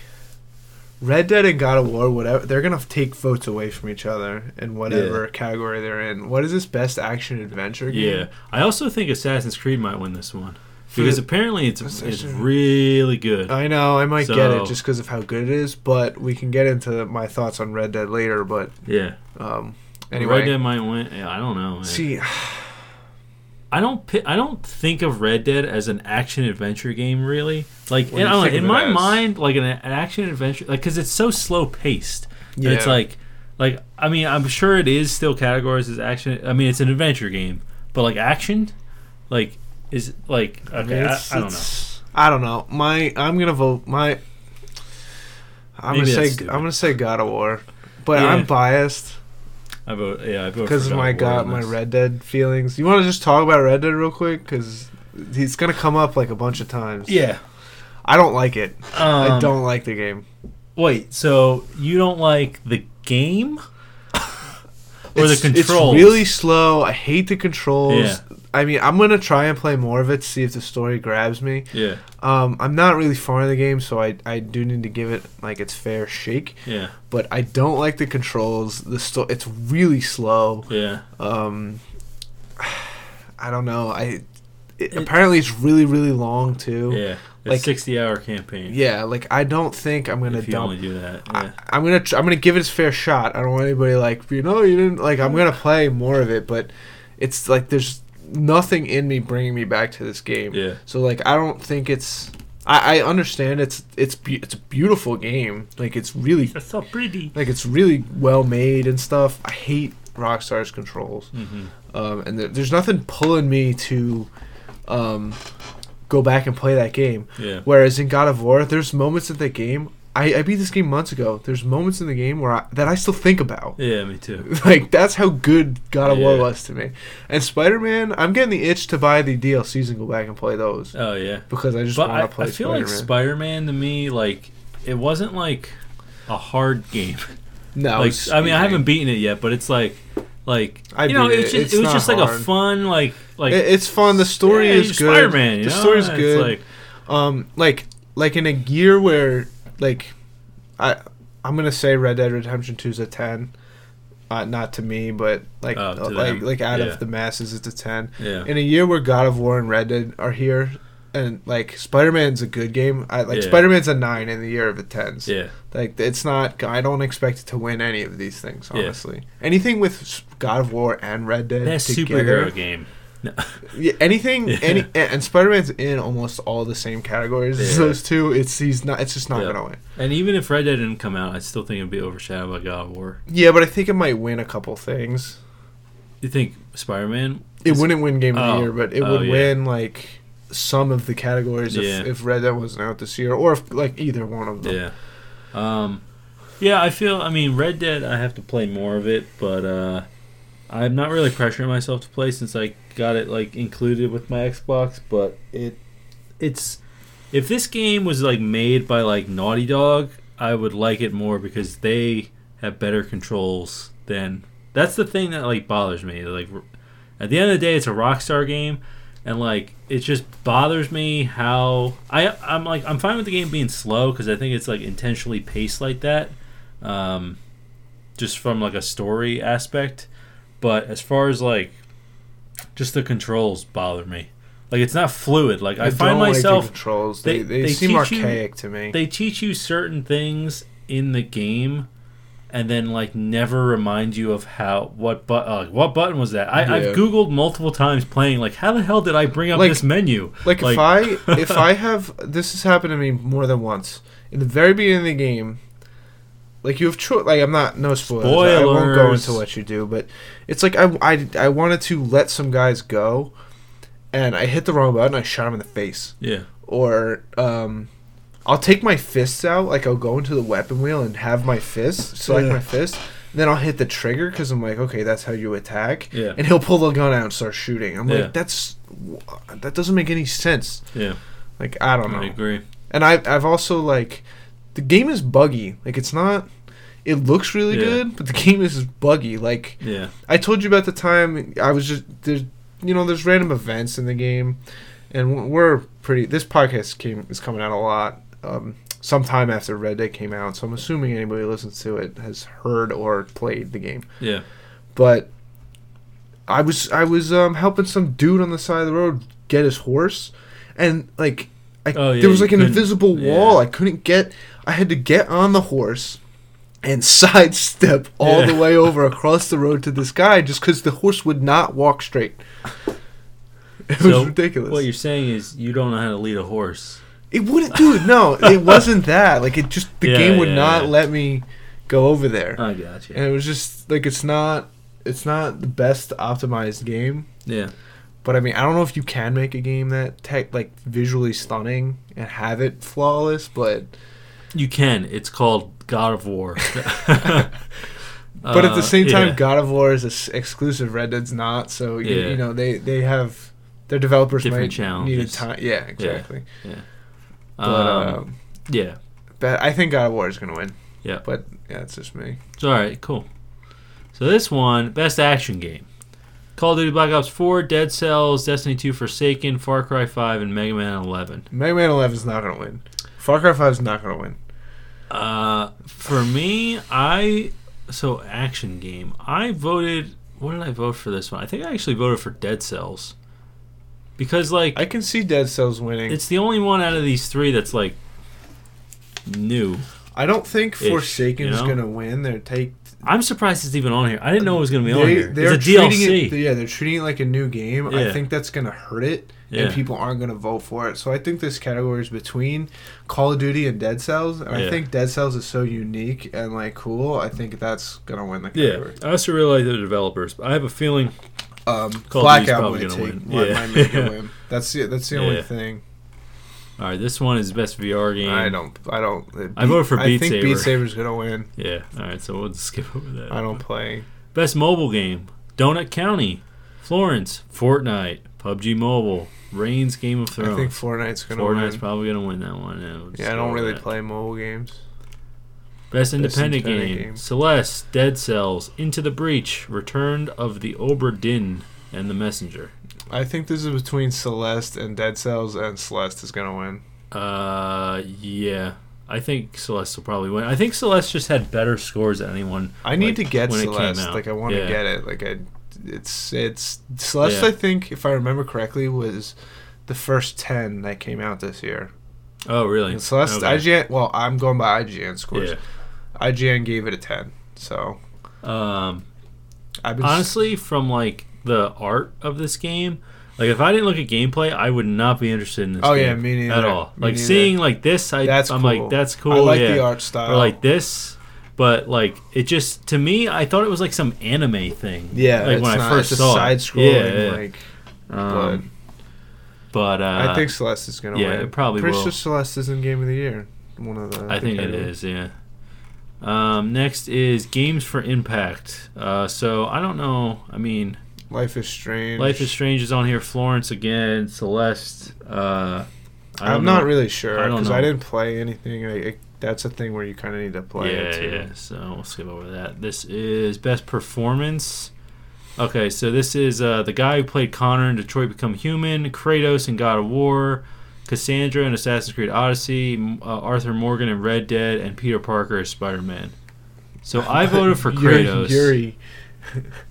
Speaker 2: Red Dead and God of War, whatever, they're gonna take votes away from each other in whatever category they're in. What is this best action adventure game?
Speaker 1: yeah, I also think Assassin's Creed might win this one
Speaker 2: For Uh,
Speaker 1: because
Speaker 2: the-
Speaker 1: apparently it's it's
Speaker 2: Assassin-
Speaker 1: really good.
Speaker 2: I know I might get
Speaker 1: So-
Speaker 2: it just because of how good it is, but we can get into my thoughts on Red Dead later. But
Speaker 1: Yeah.
Speaker 2: um,
Speaker 1: Red
Speaker 2: anyway,
Speaker 1: Dead might win. Yeah, I don't know. Man.
Speaker 2: see,
Speaker 1: I don't pi- I don't think of Red Dead as an action adventure game really. Like
Speaker 2: What
Speaker 1: and
Speaker 2: do you
Speaker 1: I don't know,
Speaker 2: think of
Speaker 1: in
Speaker 2: it
Speaker 1: my
Speaker 2: as?
Speaker 1: mind, like an, an action adventure, like because it's so slow paced. Yeah. It's
Speaker 2: Yeah.
Speaker 1: like, like I mean, I'm sure it is still categorized as action. I mean, it's an adventure game, but like action, like is like okay, I,
Speaker 2: it's-
Speaker 1: I don't know.
Speaker 2: it's- I don't know. My I'm gonna vote my. I'm
Speaker 1: Maybe
Speaker 2: gonna
Speaker 1: that's
Speaker 2: say
Speaker 1: stupid.
Speaker 2: I'm gonna say God of War, but
Speaker 1: Yeah.
Speaker 2: I'm biased
Speaker 1: I vote yeah, I vote
Speaker 2: because
Speaker 1: for
Speaker 2: of my
Speaker 1: God War
Speaker 2: God,
Speaker 1: on
Speaker 2: my
Speaker 1: this.
Speaker 2: Red Dead feelings. You want to just talk about Red Dead real quick because he's gonna come up like a bunch of times.
Speaker 1: Yeah,
Speaker 2: I don't like it.
Speaker 1: um,
Speaker 2: I don't like the game.
Speaker 1: Wait, so you don't like the game or
Speaker 2: It's-
Speaker 1: the controls?
Speaker 2: It's really slow. I hate the controls.
Speaker 1: Yeah.
Speaker 2: I mean, I'm gonna try and play more of it to see if the story grabs me.
Speaker 1: yeah,
Speaker 2: Um, I'm not really far in the game, so I I do need to give it like its fair shake.
Speaker 1: yeah,
Speaker 2: but I don't like the controls. The sto- it's really slow.
Speaker 1: yeah.
Speaker 2: Um, I don't know. I it,
Speaker 1: It-
Speaker 2: apparently it's really really long too.
Speaker 1: Yeah, a
Speaker 2: Like-
Speaker 1: sixty-hour campaign.
Speaker 2: Yeah, like I don't think I'm gonna
Speaker 1: if you only
Speaker 2: dump.
Speaker 1: do that.
Speaker 2: I,
Speaker 1: Yeah.
Speaker 2: I'm gonna tr- I'm gonna give it its fair shot. I don't want anybody like you know you didn't like. I'm gonna play more of it, but it's like there's nothing in me bringing me back to this game.
Speaker 1: yeah,
Speaker 2: So like I don't think it's. I, I understand it's it's be- it's a beautiful game. Like it's really
Speaker 1: that's so pretty.
Speaker 2: like it's really well made and stuff. I hate Rockstar's controls,
Speaker 1: hmm
Speaker 2: um, and there, there's nothing pulling me to um, go back and play that game.
Speaker 1: Yeah,
Speaker 2: Whereas in God of War, there's moments in the game. I, I beat this game months ago. There's moments in the game where I, that I still think about.
Speaker 1: yeah, me too.
Speaker 2: Like that's how good God of War
Speaker 1: Yeah.
Speaker 2: was to me. And Spider Man, I'm getting the itch to buy the DLCs and go back and play those
Speaker 1: Oh yeah,
Speaker 2: because I just
Speaker 1: but I,
Speaker 2: want
Speaker 1: I
Speaker 2: to play
Speaker 1: feel
Speaker 2: Spider Man.
Speaker 1: like Spider-Man to me, like it wasn't like a hard game.
Speaker 2: No,
Speaker 1: like I mean, I
Speaker 2: haven't.
Speaker 1: haven't beaten it yet, but it's like, like
Speaker 2: I
Speaker 1: you know,
Speaker 2: beat
Speaker 1: it was
Speaker 2: it.
Speaker 1: just,
Speaker 2: It's
Speaker 1: it was
Speaker 2: not
Speaker 1: just like a
Speaker 2: hard.
Speaker 1: fun like like
Speaker 2: It- it's fun. The story
Speaker 1: yeah,
Speaker 2: is
Speaker 1: just
Speaker 2: good.
Speaker 1: Spider-Man, you
Speaker 2: the
Speaker 1: know?
Speaker 2: story's
Speaker 1: It's
Speaker 2: good.
Speaker 1: like-
Speaker 2: um, like like in a year where like I I'm gonna say Red Dead Redemption Two is a ten. Uh, not to me, but like
Speaker 1: Oh, to
Speaker 2: uh, like
Speaker 1: them.
Speaker 2: like out
Speaker 1: Yeah.
Speaker 2: of the masses, it's a ten.
Speaker 1: yeah,
Speaker 2: In a year where God of War and Red Dead are here, and like Spider Man's a good game. I like
Speaker 1: Yeah.
Speaker 2: Spider Man's a nine in the year of the tens.
Speaker 1: yeah,
Speaker 2: Like it's not. I don't expect it to win any of these things.
Speaker 1: Yeah.
Speaker 2: Honestly, anything with s- God of War and Red Dead
Speaker 1: best
Speaker 2: together,
Speaker 1: superhero game. No.
Speaker 2: yeah, anything,
Speaker 1: Yeah.
Speaker 2: any, and- and Spider Man's in almost all the same categories as
Speaker 1: Yeah.
Speaker 2: those two. It's he's not. It's just not
Speaker 1: Yeah.
Speaker 2: gonna win.
Speaker 1: And even if Red Dead didn't come out, I still think it'd be overshadowed by God of War.
Speaker 2: Yeah, but I think it might win a couple things.
Speaker 1: You think Spider-Man?
Speaker 2: It
Speaker 1: Is-
Speaker 2: wouldn't win Game of
Speaker 1: Oh.
Speaker 2: the Year, but it
Speaker 1: Oh,
Speaker 2: would
Speaker 1: yeah.
Speaker 2: win like some of the categories
Speaker 1: Yeah.
Speaker 2: if, if Red Dead wasn't out this year, or if like either one of them.
Speaker 1: Yeah. Um, yeah, I feel. I mean, Red Dead. I have to play more of it, but uh, I'm not really pressuring myself to play since I got it like included with my Xbox. But it, it's, if this game was like made by like Naughty Dog, I would like it more because they have better controls than. That's the thing that like bothers me. Like, r- at the end of the day, it's a Rockstar game. And like it just bothers me how I I'm like I'm fine with the game being slow because I think it's like intentionally paced like that, um, just from like a story aspect. But as far as like, just the controls bother me. Like it's not fluid. Like I, find
Speaker 2: don't like the
Speaker 1: myself
Speaker 2: controls.
Speaker 1: they-
Speaker 2: They they,
Speaker 1: they
Speaker 2: seem
Speaker 1: teach you-
Speaker 2: archaic to me.
Speaker 1: they teach you certain things in the game and then like never remind you of how what but uh, what button was that I,
Speaker 2: Yeah.
Speaker 1: i've googled multiple times playing like how the hell did i bring up
Speaker 2: Like-
Speaker 1: this menu
Speaker 2: like, if I if I have this has happened to me more than once in the very beginning of the game. Like you have cho- like I'm not no spoilers. I won't go
Speaker 1: Spoilers.
Speaker 2: into what you do, but it's like I, I, I wanted to let some guys go, and I hit the wrong button. I shot him in the face,
Speaker 1: yeah
Speaker 2: or um, I'll take my fists out. Like I'll go into the weapon wheel and have my fist select
Speaker 1: Yeah.
Speaker 2: my fist. Then I'll hit the trigger because I'm like, okay, that's how you attack.
Speaker 1: Yeah.
Speaker 2: And he'll pull the gun out and start shooting. I'm
Speaker 1: Yeah.
Speaker 2: like, that's that doesn't make any sense.
Speaker 1: yeah
Speaker 2: Like I don't know.
Speaker 1: i agree
Speaker 2: And I I've also like the game is buggy. Like it's not it looks really
Speaker 1: Yeah.
Speaker 2: good, but the game is buggy. Like
Speaker 1: yeah
Speaker 2: I told you about the time I was just there's you know there's random events in the game, and we're pretty. This podcast came is coming out a lot. Um, sometime after Red Dead came out, so I'm assuming anybody who listens to it has heard or played the game.
Speaker 1: yeah
Speaker 2: But I was I was um, helping some dude on the side of the road get his horse, and like I,
Speaker 1: Oh, yeah,
Speaker 2: there was
Speaker 1: you
Speaker 2: like an
Speaker 1: couldn't-
Speaker 2: invisible wall.
Speaker 1: yeah.
Speaker 2: I couldn't get. I had to get on the horse and sidestep all the
Speaker 1: Yeah.
Speaker 2: way over across the road to this guy just because the horse would not walk straight. It
Speaker 1: So,
Speaker 2: was ridiculous.
Speaker 1: what you're saying is you don't know how to lead a horse
Speaker 2: it wouldn't, dude. No, it wasn't that. Like it just the
Speaker 1: Yeah,
Speaker 2: game would
Speaker 1: yeah,
Speaker 2: not
Speaker 1: yeah. Uh.
Speaker 2: let me go over there,
Speaker 1: i got you
Speaker 2: and it was just like it's not. It's not the best optimized game.
Speaker 1: yeah
Speaker 2: But I mean, I don't know if you can make a game that tech like visually stunning and have it flawless. But
Speaker 1: you can it's called god of war
Speaker 2: but at the same time,
Speaker 1: Uh, yeah.
Speaker 2: God of War is a s- exclusive. Red Dead's not, so you,
Speaker 1: Yeah.
Speaker 2: you know they they have their developers
Speaker 1: Different
Speaker 2: might need a
Speaker 1: challenges.
Speaker 2: time. Yeah, exactly. But
Speaker 1: um,
Speaker 2: um,
Speaker 1: yeah
Speaker 2: but I think God of War is gonna win.
Speaker 1: Yeah.
Speaker 2: But yeah, it's just me.
Speaker 1: It's all right, cool. So this one, best action game: Call of Duty Black Ops 4, Dead Cells, Destiny 2, Forsaken, Far Cry 5, and Mega Man 11.
Speaker 2: Mega Man 11 is not gonna win. Far Cry 5 is not gonna win.
Speaker 1: Uh, for me, I so action game. I voted. What did I vote for this one? I think I actually voted for Dead Cells because like
Speaker 2: I can see Dead Cells winning.
Speaker 1: it's the only one out of these three that's like new.
Speaker 2: I don't think
Speaker 1: you
Speaker 2: Forsaken is
Speaker 1: know?
Speaker 2: gonna win. They're take
Speaker 1: I'm surprised it's even on here. I didn't know it was going to be on here.
Speaker 2: they're
Speaker 1: It's a
Speaker 2: treating
Speaker 1: DLC.
Speaker 2: It, yeah, they're treating it like a new game. I
Speaker 1: Yeah.
Speaker 2: think that's going to hurt it,
Speaker 1: Yeah.
Speaker 2: and people aren't going to vote for it. So I think this category is between Call of Duty and Dead Cells, and
Speaker 1: Yeah.
Speaker 2: I think Dead Cells is so unique and like cool. I think that's going to win the
Speaker 1: yeah,
Speaker 2: category.
Speaker 1: I also realize they're developers. But I have a feeling
Speaker 2: Um,
Speaker 1: Call of Duty's
Speaker 2: Blackout
Speaker 1: probably
Speaker 2: might
Speaker 1: gonna
Speaker 2: take
Speaker 1: win.
Speaker 2: might-
Speaker 1: Yeah.
Speaker 2: might make it win. That's the that's the only
Speaker 1: Yeah.
Speaker 2: thing.
Speaker 1: All right, this one is best VR game.
Speaker 2: I don't I don't. it
Speaker 1: I voted for Beat
Speaker 2: I think
Speaker 1: Saber.
Speaker 2: Beat Saber's going to win.
Speaker 1: Yeah. All right, so we'll just skip over that.
Speaker 2: I don't play.
Speaker 1: Best mobile game: Donut County, Florence, Fortnite, PUBG Mobile, Reigns, Game of Thrones.
Speaker 2: I think Fortnite's going to
Speaker 1: Fortnite's
Speaker 2: win.
Speaker 1: probably gonna win that one. Yeah, we'll just
Speaker 2: Yeah, I
Speaker 1: go
Speaker 2: don't
Speaker 1: over
Speaker 2: really
Speaker 1: that.
Speaker 2: play mobile games.
Speaker 1: Best Independent,
Speaker 2: Independent
Speaker 1: game.
Speaker 2: Game.
Speaker 1: Celeste, Dead Cells, Into the Breach, Return of the Oberdin, and The Messenger.
Speaker 2: I think this is between Celeste and Dead Cells, and Celeste is gonna win.
Speaker 1: Uh, yeah. I think Celeste will probably win. I think Celeste just had better scores than anyone.
Speaker 2: I need
Speaker 1: like,
Speaker 2: to get
Speaker 1: when it came
Speaker 2: Celeste.
Speaker 1: out.
Speaker 2: Like I want to
Speaker 1: Yeah.
Speaker 2: get it. Like I, it's it's Celeste.
Speaker 1: Yeah.
Speaker 2: I think if I remember correctly, was the first ten that came out this year.
Speaker 1: Oh, really?
Speaker 2: And Celeste
Speaker 1: Okay.
Speaker 2: IGN. Well, I'm going by IGN scores.
Speaker 1: Yeah.
Speaker 2: IGN gave it a ten. So
Speaker 1: Um,
Speaker 2: I've been
Speaker 1: honestly from like the art of this game like if i didn't look at gameplay i would not be interested in this
Speaker 2: Oh, yeah,
Speaker 1: game
Speaker 2: me neither.
Speaker 1: at all
Speaker 2: Me
Speaker 1: like
Speaker 2: neither.
Speaker 1: seeing like this I,
Speaker 2: That's
Speaker 1: i'm
Speaker 2: cool.
Speaker 1: like that's cool
Speaker 2: I like
Speaker 1: yeah.
Speaker 2: the art style.
Speaker 1: or like this but like it just to me i thought it was like some anime thing
Speaker 2: yeah,
Speaker 1: like
Speaker 2: it's
Speaker 1: when
Speaker 2: not,
Speaker 1: i first
Speaker 2: it's
Speaker 1: saw
Speaker 2: side
Speaker 1: it
Speaker 2: scrolling.
Speaker 1: yeah, yeah.
Speaker 2: Like,
Speaker 1: Um, but uh,
Speaker 2: but I think Celeste is gonna
Speaker 1: yeah,
Speaker 2: win.
Speaker 1: it probably
Speaker 2: Pretty
Speaker 1: will.
Speaker 2: sure Celeste is in Game of the Year. One of the.
Speaker 1: I think it is,
Speaker 2: categories.
Speaker 1: yeah. Um, next is games for impact. Uh, so I don't know. I mean,
Speaker 2: Life is Strange.
Speaker 1: Life is Strange is on here. Florence again. Celeste. Uh, I
Speaker 2: I'm
Speaker 1: don't
Speaker 2: not
Speaker 1: know.
Speaker 2: really sure
Speaker 1: I don't
Speaker 2: because I,
Speaker 1: know.
Speaker 2: didn't play anything. I, I, that's a thing where you kind of need to play
Speaker 1: yeah,
Speaker 2: it too.
Speaker 1: yeah. So we'll skip over that. This is best performance. Okay, so this is uh, the guy who played Connor in Detroit Become Human, Kratos in God of War, Cassandra in Assassin's Creed Odyssey, M- uh, Arthur Morgan in Red Dead, and Peter Parker as Spider Man. So I voted for
Speaker 2: Yuri-
Speaker 1: Kratos.
Speaker 2: Yuri.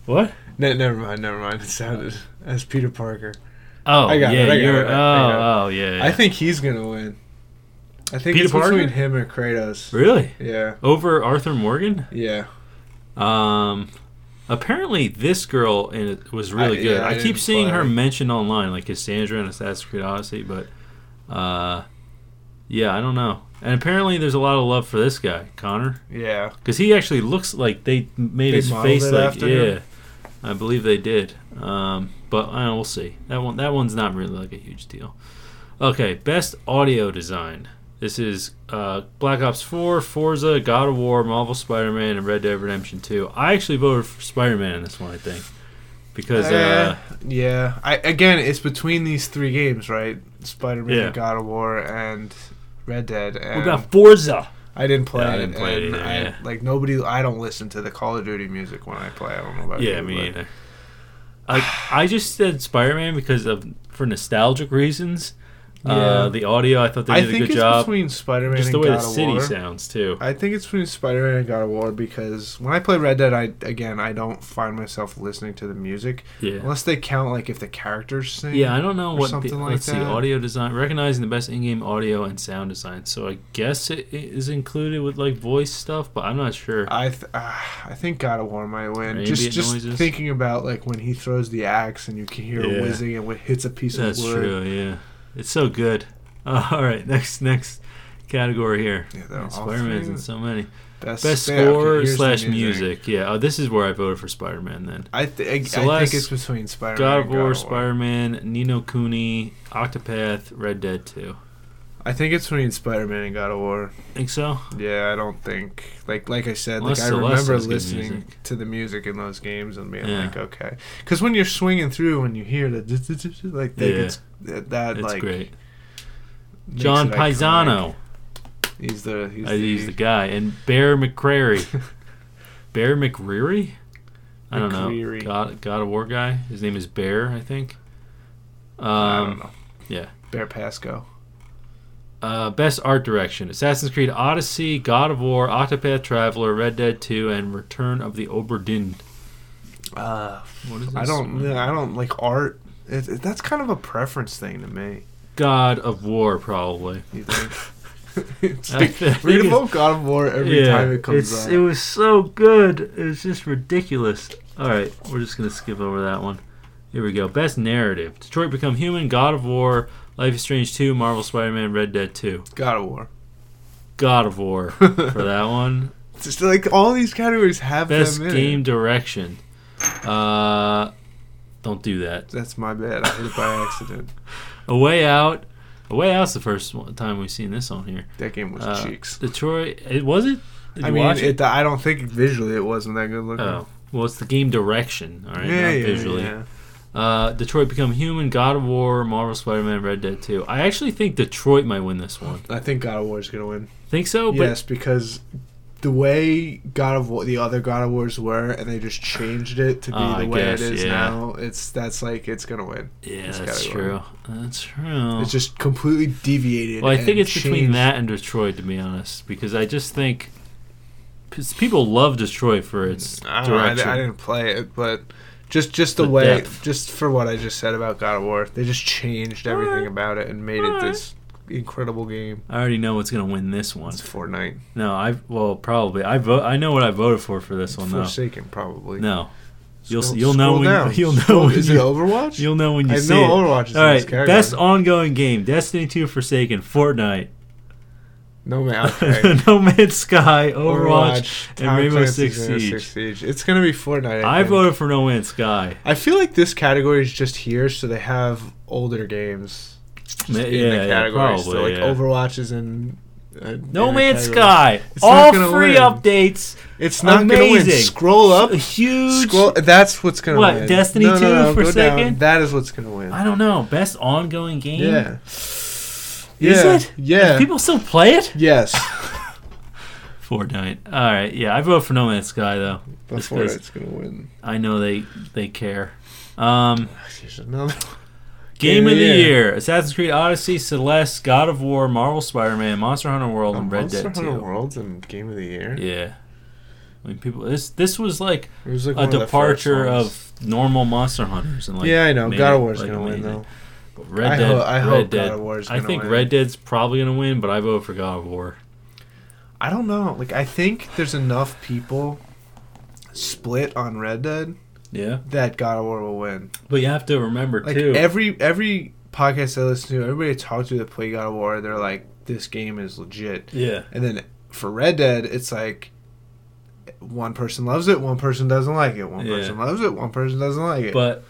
Speaker 1: What?
Speaker 2: Ne- never mind. Never mind. It sounded as Peter Parker.
Speaker 1: Oh,
Speaker 2: I got it,
Speaker 1: yeah.
Speaker 2: I got it,
Speaker 1: you're,
Speaker 2: I got it.
Speaker 1: oh, oh, yeah. yeah.
Speaker 2: I think he's gonna win. I think
Speaker 1: Peter
Speaker 2: it's
Speaker 1: Parker?
Speaker 2: between him and Kratos.
Speaker 1: really
Speaker 2: Yeah.
Speaker 1: over Arthur Morgan.
Speaker 2: Yeah.
Speaker 1: Um, apparently this girl in it was really
Speaker 2: I-
Speaker 1: good.
Speaker 2: yeah, I
Speaker 1: I, keep
Speaker 2: didn't
Speaker 1: seeing her
Speaker 2: play.
Speaker 1: mentioned online, like Cassandra and Assassin's Creed Odyssey, but uh, yeah, I don't know. And apparently there's a lot of love for this guy Connor
Speaker 2: Yeah.
Speaker 1: because he actually looks like they made
Speaker 2: They
Speaker 1: his
Speaker 2: modeled
Speaker 1: face
Speaker 2: it
Speaker 1: like
Speaker 2: after
Speaker 1: yeah.
Speaker 2: him?
Speaker 1: I believe they did, um, but I don't know, we'll see. That one, that one's not really like a huge deal. Okay, best audio design. This is uh, Black Ops 4, Forza, God of War, Marvel Spider-Man, and Red Dead Redemption 2. I actually voted for Spider-Man in this one, I think, because uh,
Speaker 2: Eh, yeah. I again, it's between these three games, right? Spider-Man,
Speaker 1: Yeah.
Speaker 2: God of War, and Red Dead. And
Speaker 1: we got Forza.
Speaker 2: I didn't play
Speaker 1: Yeah, I
Speaker 2: it.
Speaker 1: didn't play it
Speaker 2: and
Speaker 1: either,
Speaker 2: I-
Speaker 1: yeah.
Speaker 2: Like nobody. I don't listen to the Call of Duty music when I play. I don't know about you.
Speaker 1: Yeah, me
Speaker 2: but-
Speaker 1: either. Like I just said Spider-Man because of for nostalgic reasons.
Speaker 2: Yeah.
Speaker 1: Uh, the audio, I thought they
Speaker 2: I
Speaker 1: did a
Speaker 2: think
Speaker 1: good
Speaker 2: it's
Speaker 1: job.
Speaker 2: between Spider-Man
Speaker 1: Just
Speaker 2: and
Speaker 1: the way
Speaker 2: God
Speaker 1: the
Speaker 2: of
Speaker 1: city
Speaker 2: War.
Speaker 1: sounds too.
Speaker 2: I think it's between Spider-Man and God of War because when I play Red Dead, I again I don't find myself listening to the music
Speaker 1: Yeah.
Speaker 2: unless they count like if the characters sing.
Speaker 1: Yeah, I don't know
Speaker 2: or
Speaker 1: what the
Speaker 2: something like
Speaker 1: let's see,
Speaker 2: that.
Speaker 1: audio design recognizing the best in-game audio and sound design. So I guess it it is included with like voice stuff, but I'm not sure.
Speaker 2: I th- uh, I think God of War might win.
Speaker 1: Ambient
Speaker 2: just just
Speaker 1: noises.
Speaker 2: thinking about like when he throws the axe and you can hear
Speaker 1: Yeah.
Speaker 2: it whizzing and it hits a piece
Speaker 1: That's
Speaker 2: of wood.
Speaker 1: true. Yeah, it's so good. all right, next next category here.
Speaker 2: Yeah, though,
Speaker 1: Man,
Speaker 2: all
Speaker 1: Spider-Man's
Speaker 2: three-
Speaker 1: in so many.
Speaker 2: Best,
Speaker 1: Best
Speaker 2: yeah, okay,
Speaker 1: score
Speaker 2: here's the
Speaker 1: slash music. Yeah, oh, this is where I voted for Spider-Man then.
Speaker 2: I, th- I, I think
Speaker 1: Celeste,
Speaker 2: it's between Spider-Man,
Speaker 1: God of
Speaker 2: and
Speaker 1: War, Spider-Man, Nino Cooney, Octopath, Red Dead 2.
Speaker 2: I think it's between Spider-Man and God of War.
Speaker 1: Think so?
Speaker 2: Yeah, I don't think like like I said,
Speaker 1: Unless
Speaker 2: like I
Speaker 1: the last
Speaker 2: remember
Speaker 1: one's good
Speaker 2: listening
Speaker 1: music.
Speaker 2: to the music in those games and being
Speaker 1: Yeah.
Speaker 2: like, okay, because when you're swinging through and you hear the d- d- d- d- like they
Speaker 1: Yeah.
Speaker 2: it's, that, that
Speaker 1: It's
Speaker 2: like
Speaker 1: great.
Speaker 2: makes
Speaker 1: John
Speaker 2: it iconic.
Speaker 1: Paisano.
Speaker 2: he's the he's
Speaker 1: Uh,
Speaker 2: the,
Speaker 1: He's the guy. And Bear McCrary. Bear McCreary? I don't know.
Speaker 2: McCreary.
Speaker 1: God, God of War guy. His name is Bear, I think. Um,
Speaker 2: I don't know
Speaker 1: yeah.
Speaker 2: Bear Pasco.
Speaker 1: Uh, best art direction Assassin's Creed Odyssey, God of War, Octopath Traveler, Red Dead 2, and Return of the Oberdin.
Speaker 2: Uh,
Speaker 1: What is this?
Speaker 2: I don't
Speaker 1: one?
Speaker 2: know, I don't like art. It, it- that's kind of a preference thing to me.
Speaker 1: God of War, probably.
Speaker 2: You think? It's
Speaker 1: I
Speaker 2: like,
Speaker 1: think
Speaker 2: we're gonna
Speaker 1: it's-
Speaker 2: vote God of War every time it comes
Speaker 1: it's-
Speaker 2: up.
Speaker 1: It was so good. It was just ridiculous. All right, we're just gonna skip over that one. Here we go. Best narrative: Detroit Become Human, God of War, Life is Strange 2, Marvel Spider-Man, Red Dead 2,
Speaker 2: God of War.
Speaker 1: God of War for that one.
Speaker 2: Just like all these categories have
Speaker 1: Best
Speaker 2: them in it.
Speaker 1: game direction. Uh, don't do that.
Speaker 2: That's my bad. I did it by accident.
Speaker 1: A Way Out. A Way Out's the first one- time we've seen this on here.
Speaker 2: That game was
Speaker 1: Uh,
Speaker 2: cheeks.
Speaker 1: Detroit. It was it. Did
Speaker 2: I
Speaker 1: you
Speaker 2: mean,
Speaker 1: watch
Speaker 2: it? I don't think visually it wasn't that good looking.
Speaker 1: Oh, well, it's the game direction. All right, not visually.
Speaker 2: yeah.
Speaker 1: Uh, Detroit Become Human, God of War, Marvel Spider-Man, Red Dead 2. I actually think Detroit might win this one.
Speaker 2: I think God of War is gonna win.
Speaker 1: Think so? Oh, But
Speaker 2: yes, because the way God of War, the other God of Wars were, and they just changed it to be
Speaker 1: Oh, I
Speaker 2: the way
Speaker 1: guess,
Speaker 2: it is
Speaker 1: yeah.
Speaker 2: now. It's that's like it's gonna win.
Speaker 1: Yeah,
Speaker 2: It's
Speaker 1: that's
Speaker 2: gotta go.
Speaker 1: true. That's true.
Speaker 2: It's just completely deviated.
Speaker 1: Oh. well, I think
Speaker 2: and
Speaker 1: it's between
Speaker 2: changed.
Speaker 1: that and Detroit, to be honest, because I just think 'cause people love Detroit for its
Speaker 2: I don't know. I,
Speaker 1: direction.
Speaker 2: I didn't play it, but just just the,
Speaker 1: The
Speaker 2: way,
Speaker 1: depth.
Speaker 2: just for what I just said about God of War, they just changed everything
Speaker 1: Alright.
Speaker 2: about it and made it this incredible game.
Speaker 1: I already know what's gonna win this one.
Speaker 2: It's Fortnite,
Speaker 1: No, I well probably I vote. I know what I voted for for this one though.
Speaker 2: Forsaken, probably.
Speaker 1: No, you'll
Speaker 2: Scroll-
Speaker 1: you'll know
Speaker 2: scroll
Speaker 1: when
Speaker 2: down.
Speaker 1: you'll know
Speaker 2: Scroll-
Speaker 1: when
Speaker 2: Is
Speaker 1: you-
Speaker 2: it Overwatch?
Speaker 1: you'll know when you
Speaker 2: I
Speaker 1: see
Speaker 2: know
Speaker 1: it.
Speaker 2: Overwatch is
Speaker 1: All
Speaker 2: in
Speaker 1: right,
Speaker 2: this category.
Speaker 1: best ongoing game: Destiny 2, Forsaken, Fortnite,
Speaker 2: No man. Okay.
Speaker 1: No Man's Sky, Overwatch.
Speaker 2: Overwatch
Speaker 1: and
Speaker 2: Tom
Speaker 1: Rainbow
Speaker 2: Clancy's
Speaker 1: Six
Speaker 2: Rainbow
Speaker 1: Siege.
Speaker 2: It's gonna be Fortnite. I,
Speaker 1: I
Speaker 2: think.
Speaker 1: voted for No Man's Sky.
Speaker 2: I feel like this category is just here, so they have older games just
Speaker 1: Ma-
Speaker 2: in
Speaker 1: yeah,
Speaker 2: the
Speaker 1: yeah,
Speaker 2: category. so
Speaker 1: probably,
Speaker 2: like
Speaker 1: yeah.
Speaker 2: Overwatch is in. Uh,
Speaker 1: No
Speaker 2: in a
Speaker 1: Man's
Speaker 2: category.
Speaker 1: Sky.
Speaker 2: It's
Speaker 1: All
Speaker 2: not gonna
Speaker 1: free
Speaker 2: win.
Speaker 1: updates.
Speaker 2: It's not gonna
Speaker 1: Amazing.
Speaker 2: win. Scroll up.
Speaker 1: A huge.
Speaker 2: Scroll. That's what's gonna
Speaker 1: What,
Speaker 2: win.
Speaker 1: Destiny 2 for
Speaker 2: go
Speaker 1: second?
Speaker 2: That is what's gonna win.
Speaker 1: I don't know. Best ongoing game.
Speaker 2: yeah.
Speaker 1: Is
Speaker 2: yeah.
Speaker 1: it?
Speaker 2: Yeah.
Speaker 1: Do people still play it?
Speaker 2: yes.
Speaker 1: Fortnite. All right. Yeah, I vote for No Man's Sky though.
Speaker 2: But
Speaker 1: It's 'cause-
Speaker 2: Fortnite's gonna win.
Speaker 1: I know they they care. Um,
Speaker 2: Here's another.
Speaker 1: game of the year: Assassin's Creed Odyssey, Celeste, God of War, Marvel Spider-Man, Monster Hunter World, and Red
Speaker 2: Monster
Speaker 1: Dead
Speaker 2: Hunter
Speaker 1: Two.
Speaker 2: World's in Game of the Year.
Speaker 1: Yeah. I mean, people. This this was like
Speaker 2: It was like
Speaker 1: a
Speaker 2: one of the first
Speaker 1: departure
Speaker 2: ones.
Speaker 1: of normal Monster Hunters and like
Speaker 2: yeah, I know.
Speaker 1: made
Speaker 2: God
Speaker 1: it,
Speaker 2: of War's
Speaker 1: like,
Speaker 2: gonna win
Speaker 1: amazing.
Speaker 2: though.
Speaker 1: But Red
Speaker 2: I,
Speaker 1: Dead.
Speaker 2: ho- I
Speaker 1: Red
Speaker 2: hope
Speaker 1: Dead.
Speaker 2: God of War's
Speaker 1: I
Speaker 2: gonna
Speaker 1: think
Speaker 2: win.
Speaker 1: Red Dead's probably gonna win, but I vote for God of War.
Speaker 2: I don't know. Like I think there's enough people split on Red Dead
Speaker 1: Yeah,
Speaker 2: that God of War will win.
Speaker 1: but you have to remember
Speaker 2: Like
Speaker 1: too.
Speaker 2: every every podcast I listen to, everybody I talk to that play God of War, they're like, "This game is legit."
Speaker 1: yeah,
Speaker 2: And then for Red Dead, it's like one person loves it, one person doesn't like it, one
Speaker 1: Yeah.
Speaker 2: person loves it, one person doesn't like it. But,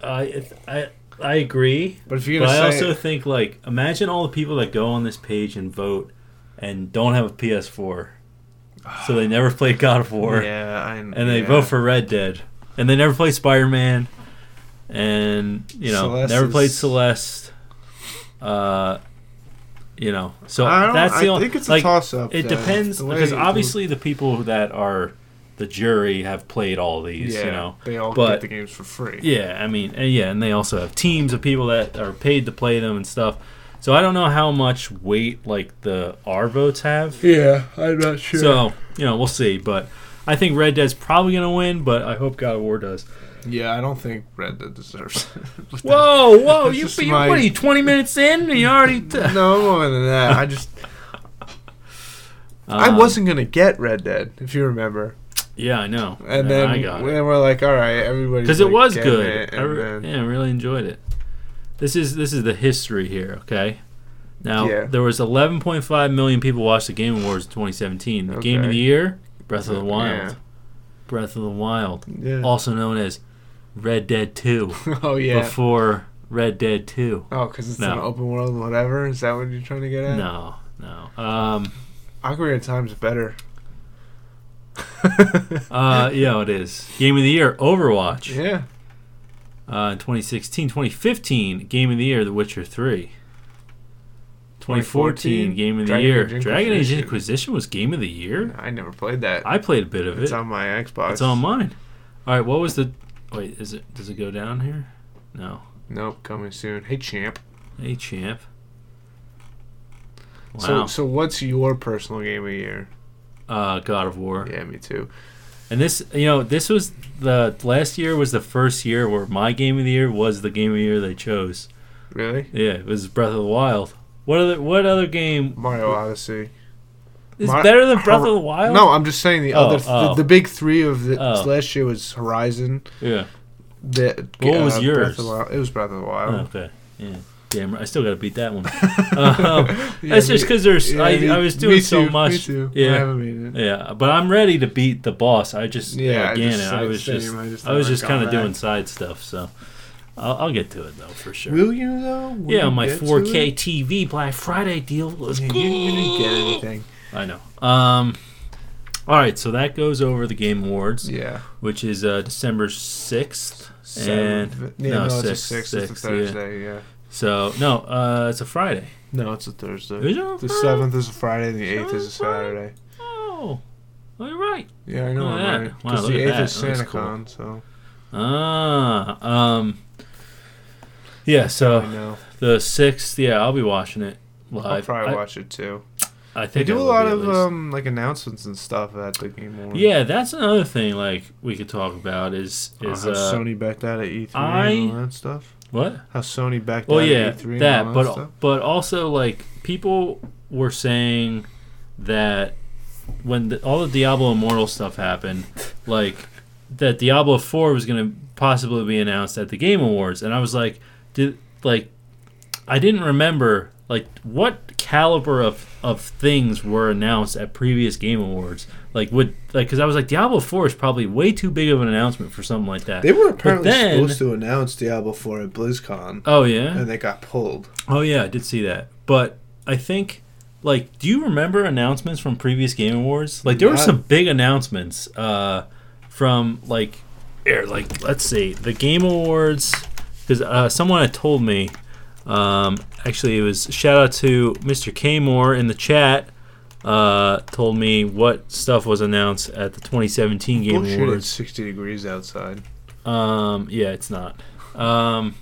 Speaker 1: but I I I agree.
Speaker 2: if you're
Speaker 1: But
Speaker 2: gonna
Speaker 1: I
Speaker 2: say
Speaker 1: also think like imagine all the people that go on this page and vote and don't have a PS4, so they never play God of War
Speaker 2: yeah, I, and
Speaker 1: and they vote for Red Dead and they never play Spider Man and you know
Speaker 2: Celeste
Speaker 1: never played
Speaker 2: is-
Speaker 1: Celeste. Uh, you know, so
Speaker 2: I don't,
Speaker 1: that's the
Speaker 2: I
Speaker 1: only
Speaker 2: think it's
Speaker 1: like
Speaker 2: a toss up.
Speaker 1: it depends because obviously the people that are the jury have played all these.
Speaker 2: yeah,
Speaker 1: You know,
Speaker 2: they all
Speaker 1: but-
Speaker 2: get the games for free.
Speaker 1: yeah, I mean, and yeah, and they also have teams of people that are paid to play them and stuff. So I don't know how much weight like the our votes have.
Speaker 2: Yeah, I'm not sure.
Speaker 1: So you know, we'll see. But I think Red Dead's probably gonna win, but I hope God of War does.
Speaker 2: yeah, I don't think Red Dead deserves. it.
Speaker 1: Whoa, whoa!
Speaker 2: That's
Speaker 1: you,
Speaker 2: just
Speaker 1: you
Speaker 2: my-
Speaker 1: what are you? Twenty minutes in, and you already. T-
Speaker 2: no more than that. I just I
Speaker 1: Um,
Speaker 2: wasn't gonna get Red Dead if you remember,
Speaker 1: Yeah, I know.
Speaker 2: and
Speaker 1: And
Speaker 2: then
Speaker 1: I got
Speaker 2: and we're like, all right, everybody
Speaker 1: because it was good. I re- yeah, I really enjoyed it. This is this is the history here. Okay. Now
Speaker 2: Yeah.
Speaker 1: there was 11.5 million people watched the Game Awards in 2017. The Game of
Speaker 2: Okay.
Speaker 1: the Year, Breath of the
Speaker 2: Yeah.
Speaker 1: Wild. Breath of the Wild,
Speaker 2: yeah.
Speaker 1: also known as Red Dead 2,
Speaker 2: oh yeah.
Speaker 1: before Red Dead 2.
Speaker 2: oh, because it's
Speaker 1: No.
Speaker 2: an open world, and whatever. Is that what you're trying to get at?
Speaker 1: No, no. Um,
Speaker 2: Ocarina of Time's better.
Speaker 1: uh, yeah, it is. Game of the Year, Overwatch.
Speaker 2: yeah.
Speaker 1: Uh, in 2016, 2015, Game of the Year, The Witcher 3. 2014,
Speaker 2: 2014,
Speaker 1: Game of the
Speaker 2: Dragon
Speaker 1: Year.
Speaker 2: Age
Speaker 1: Dragon Age
Speaker 2: Inquisition.
Speaker 1: Inquisition was Game of the Year?
Speaker 2: I never played that.
Speaker 1: I played a bit of
Speaker 2: it's
Speaker 1: it.
Speaker 2: on my Xbox.
Speaker 1: it's on mine. All right, what was the. Wait, is it. Does it go down here? No.
Speaker 2: Nope, coming soon. Hey, champ.
Speaker 1: Hey, champ.
Speaker 2: So,
Speaker 1: Wow.
Speaker 2: so what's your personal game of the year?
Speaker 1: uh, God of War.
Speaker 2: Yeah, me too.
Speaker 1: And this, you know, this was the. Last year was the first year where my Game of the Year was the Game of the Year they chose.
Speaker 2: Really?
Speaker 1: Yeah, it was Breath of the Wild. What other, what other game
Speaker 2: Mario Odyssey.
Speaker 1: is
Speaker 2: Mar-
Speaker 1: better than Breath of the
Speaker 2: Hor-
Speaker 1: Wild?
Speaker 2: No, I'm just saying the
Speaker 1: Oh,
Speaker 2: other th-
Speaker 1: oh.
Speaker 2: The, the big three of the
Speaker 1: Oh.
Speaker 2: last year was Horizon.
Speaker 1: Yeah.
Speaker 2: The, uh,
Speaker 1: What was
Speaker 2: Breath of the
Speaker 1: yours?
Speaker 2: Wild- It was Breath of the
Speaker 1: Oh,
Speaker 2: Wild.
Speaker 1: okay. Yeah. Damn. right. I still got to beat that one. Um,
Speaker 2: Yeah,
Speaker 1: that's just
Speaker 2: me-
Speaker 1: because there's.
Speaker 2: yeah,
Speaker 1: I,
Speaker 2: me-
Speaker 1: I was
Speaker 2: me
Speaker 1: doing so
Speaker 2: too, me
Speaker 1: much.
Speaker 2: too. I
Speaker 1: Yeah.
Speaker 2: haven't made it.
Speaker 1: Yeah, but I'm ready to beat the boss. I just
Speaker 2: Yeah, I
Speaker 1: again, I,
Speaker 2: just-
Speaker 1: was
Speaker 2: same,
Speaker 1: just,
Speaker 2: I just
Speaker 1: I was
Speaker 2: never
Speaker 1: just
Speaker 2: got
Speaker 1: kind of
Speaker 2: back.
Speaker 1: doing side stuff. So I'll, I'll get to it though for sure.
Speaker 2: Will you though? Will
Speaker 1: Yeah,
Speaker 2: you
Speaker 1: my
Speaker 2: get to
Speaker 1: 4K
Speaker 2: it?
Speaker 1: TV Black Friday deal was
Speaker 2: Yeah,
Speaker 1: good.
Speaker 2: you, you didn't get anything.
Speaker 1: I know. Um, all right, so that goes over the Game Awards,
Speaker 2: Yeah.
Speaker 1: which is uh, December sixth.
Speaker 2: Seven.
Speaker 1: And-
Speaker 2: yeah,
Speaker 1: no,
Speaker 2: no, it's a
Speaker 1: six,
Speaker 2: six.
Speaker 1: six,
Speaker 2: it's a
Speaker 1: yeah.
Speaker 2: Thursday. Yeah.
Speaker 1: So no, uh, it's a Friday.
Speaker 2: No, it's a Thursday.
Speaker 1: Is it on
Speaker 2: The
Speaker 1: Friday?
Speaker 2: seventh is a Friday, and the eighth is a
Speaker 1: Seventh Friday?
Speaker 2: Saturday.
Speaker 1: Oh, Oh, you're right.
Speaker 2: Yeah, I know.
Speaker 1: Look at
Speaker 2: I'm
Speaker 1: that.
Speaker 2: right.
Speaker 1: Wow,
Speaker 2: Because
Speaker 1: look
Speaker 2: the
Speaker 1: at
Speaker 2: eighth
Speaker 1: that.
Speaker 2: is
Speaker 1: That looks
Speaker 2: SantaCon, so
Speaker 1: Ah, um, yeah. So
Speaker 2: I know.
Speaker 1: the sixth, yeah, I'll be watching it
Speaker 2: I'll
Speaker 1: live.
Speaker 2: probably
Speaker 1: I,
Speaker 2: watch it too.
Speaker 1: I think
Speaker 2: They do
Speaker 1: I
Speaker 2: a
Speaker 1: will
Speaker 2: lot
Speaker 1: be at
Speaker 2: of
Speaker 1: least.
Speaker 2: um like announcements and stuff at the game Awards.
Speaker 1: Yeah, that's another thing. Like we could talk about is
Speaker 2: Uh,
Speaker 1: is
Speaker 2: how
Speaker 1: uh,
Speaker 2: Sony backed out at E3
Speaker 1: I-
Speaker 2: and all that stuff.
Speaker 1: what?
Speaker 2: How Sony backed
Speaker 1: Well,
Speaker 2: out
Speaker 1: yeah,
Speaker 2: at E3
Speaker 1: that,
Speaker 2: and all
Speaker 1: but
Speaker 2: that stuff.
Speaker 1: but also like people were saying that when the, all the Diablo Immortal stuff happened, like that Diablo Four was going to possibly be announced at the Game Awards, and I was like, did like I didn't remember like what caliber of of things were announced at previous Game Awards, like would like because I was like Diablo Four is probably way too big of an announcement for something like that.
Speaker 2: They were apparently
Speaker 1: then-
Speaker 2: supposed to announce Diablo 4 at BlizzCon,
Speaker 1: Oh yeah,
Speaker 2: and they got pulled.
Speaker 1: Oh yeah, I did see that. But I think like do you remember announcements from previous game awards? Like there were
Speaker 2: Not-
Speaker 1: some big announcements uh from like here, like let's see, the game awards cuz uh, someone had told me um actually it was shout out to Mr. K Moore in the chat uh told me what stuff was announced at the 2017 game
Speaker 2: Bullshit,
Speaker 1: awards.
Speaker 2: it's 60 degrees outside.
Speaker 1: Um, yeah, it's not. Um,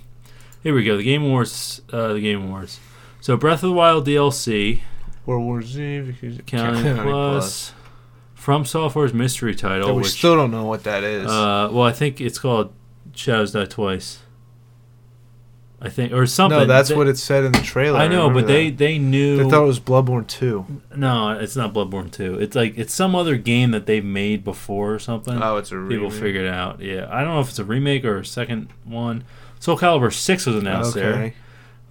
Speaker 1: here we go. The Game Wars. Uh, the Game Wars. So Breath of the Wild DLC,
Speaker 2: World War Z, because
Speaker 1: County, Plus, From Software's mystery title,
Speaker 2: And we
Speaker 1: which
Speaker 2: still don't know what that is.
Speaker 1: uh, well, I think it's called Shadows Die Twice. I think or something.
Speaker 2: no, that's
Speaker 1: They-
Speaker 2: what it said in the trailer.
Speaker 1: I know,
Speaker 2: remember
Speaker 1: but they
Speaker 2: that.
Speaker 1: they knew.
Speaker 2: They thought it was Bloodborne 2.
Speaker 1: no, it's not Bloodborne two. It's like it's some other game that they've made before or something.
Speaker 2: Oh, it's a remake.
Speaker 1: People figured it out. Yeah, I don't know if it's a remake or a second one. Soul Calibur six was announced there.
Speaker 2: Okay.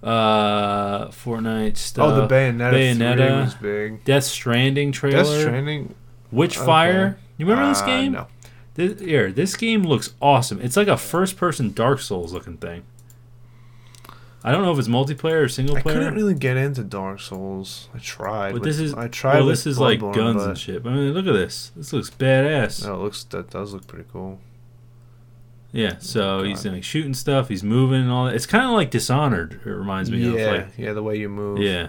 Speaker 1: Uh, Fortnite stuff.
Speaker 2: oh, the Bayonetta,
Speaker 1: uh, Bayonetta.
Speaker 2: 3 was big.
Speaker 1: Death Stranding trailer.
Speaker 2: Death Stranding.
Speaker 1: Witchfire. You remember this
Speaker 2: Uh,
Speaker 1: game?
Speaker 2: No.
Speaker 1: This, here, this game looks awesome. It's like a first-person Dark Souls looking thing. I don't know if it's multiplayer or single
Speaker 2: I
Speaker 1: player.
Speaker 2: couldn't really get into Dark Souls. I tried.
Speaker 1: but
Speaker 2: with-
Speaker 1: this is
Speaker 2: I tried.
Speaker 1: well,
Speaker 2: with
Speaker 1: this is like
Speaker 2: Bloodborne,
Speaker 1: guns
Speaker 2: but-
Speaker 1: and shit. But I mean, look at this. This looks badass.
Speaker 2: No, it looks that does look pretty cool.
Speaker 1: Yeah. So he's
Speaker 2: Oh, God.
Speaker 1: like shooting stuff. He's moving and all that. It's kind of like Dishonored. It reminds me
Speaker 2: yeah,
Speaker 1: of like
Speaker 2: yeah, the way you move.
Speaker 1: yeah.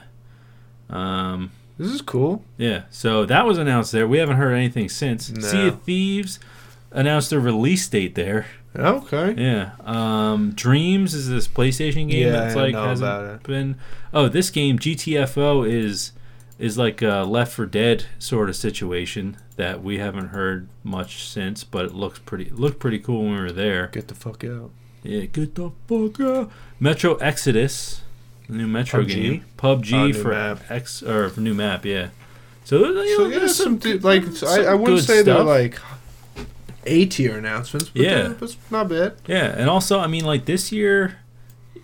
Speaker 1: Um.
Speaker 2: this is cool.
Speaker 1: Yeah, so that was announced there. We haven't heard anything since.
Speaker 2: No.
Speaker 1: Sea of Thieves announced their release date there.
Speaker 2: Okay.
Speaker 1: Yeah. Um, Dreams is this PlayStation game
Speaker 2: Yeah,
Speaker 1: that's
Speaker 2: I
Speaker 1: like
Speaker 2: know
Speaker 1: hasn't
Speaker 2: about it.
Speaker 1: been. Oh, this game GTFO is is like a Left for Dead sort of situation that we haven't heard much since, but it looks pretty it looked pretty cool when we were there.
Speaker 2: Get the fuck out.
Speaker 1: Yeah, get the fuck out. Metro Exodus, the new Metro
Speaker 2: PUBG?
Speaker 1: game,
Speaker 2: Oh,
Speaker 1: PUBG
Speaker 2: new
Speaker 1: for
Speaker 2: map.
Speaker 1: X or for new map, yeah. So, you know,
Speaker 2: So yeah,
Speaker 1: there's
Speaker 2: some
Speaker 1: good-
Speaker 2: dude, like so
Speaker 1: some
Speaker 2: I, I wouldn't
Speaker 1: good
Speaker 2: say they're
Speaker 1: stuff.
Speaker 2: like A tier announcements, but
Speaker 1: Yeah.
Speaker 2: yeah, that's not bad.
Speaker 1: yeah, and also I mean like this year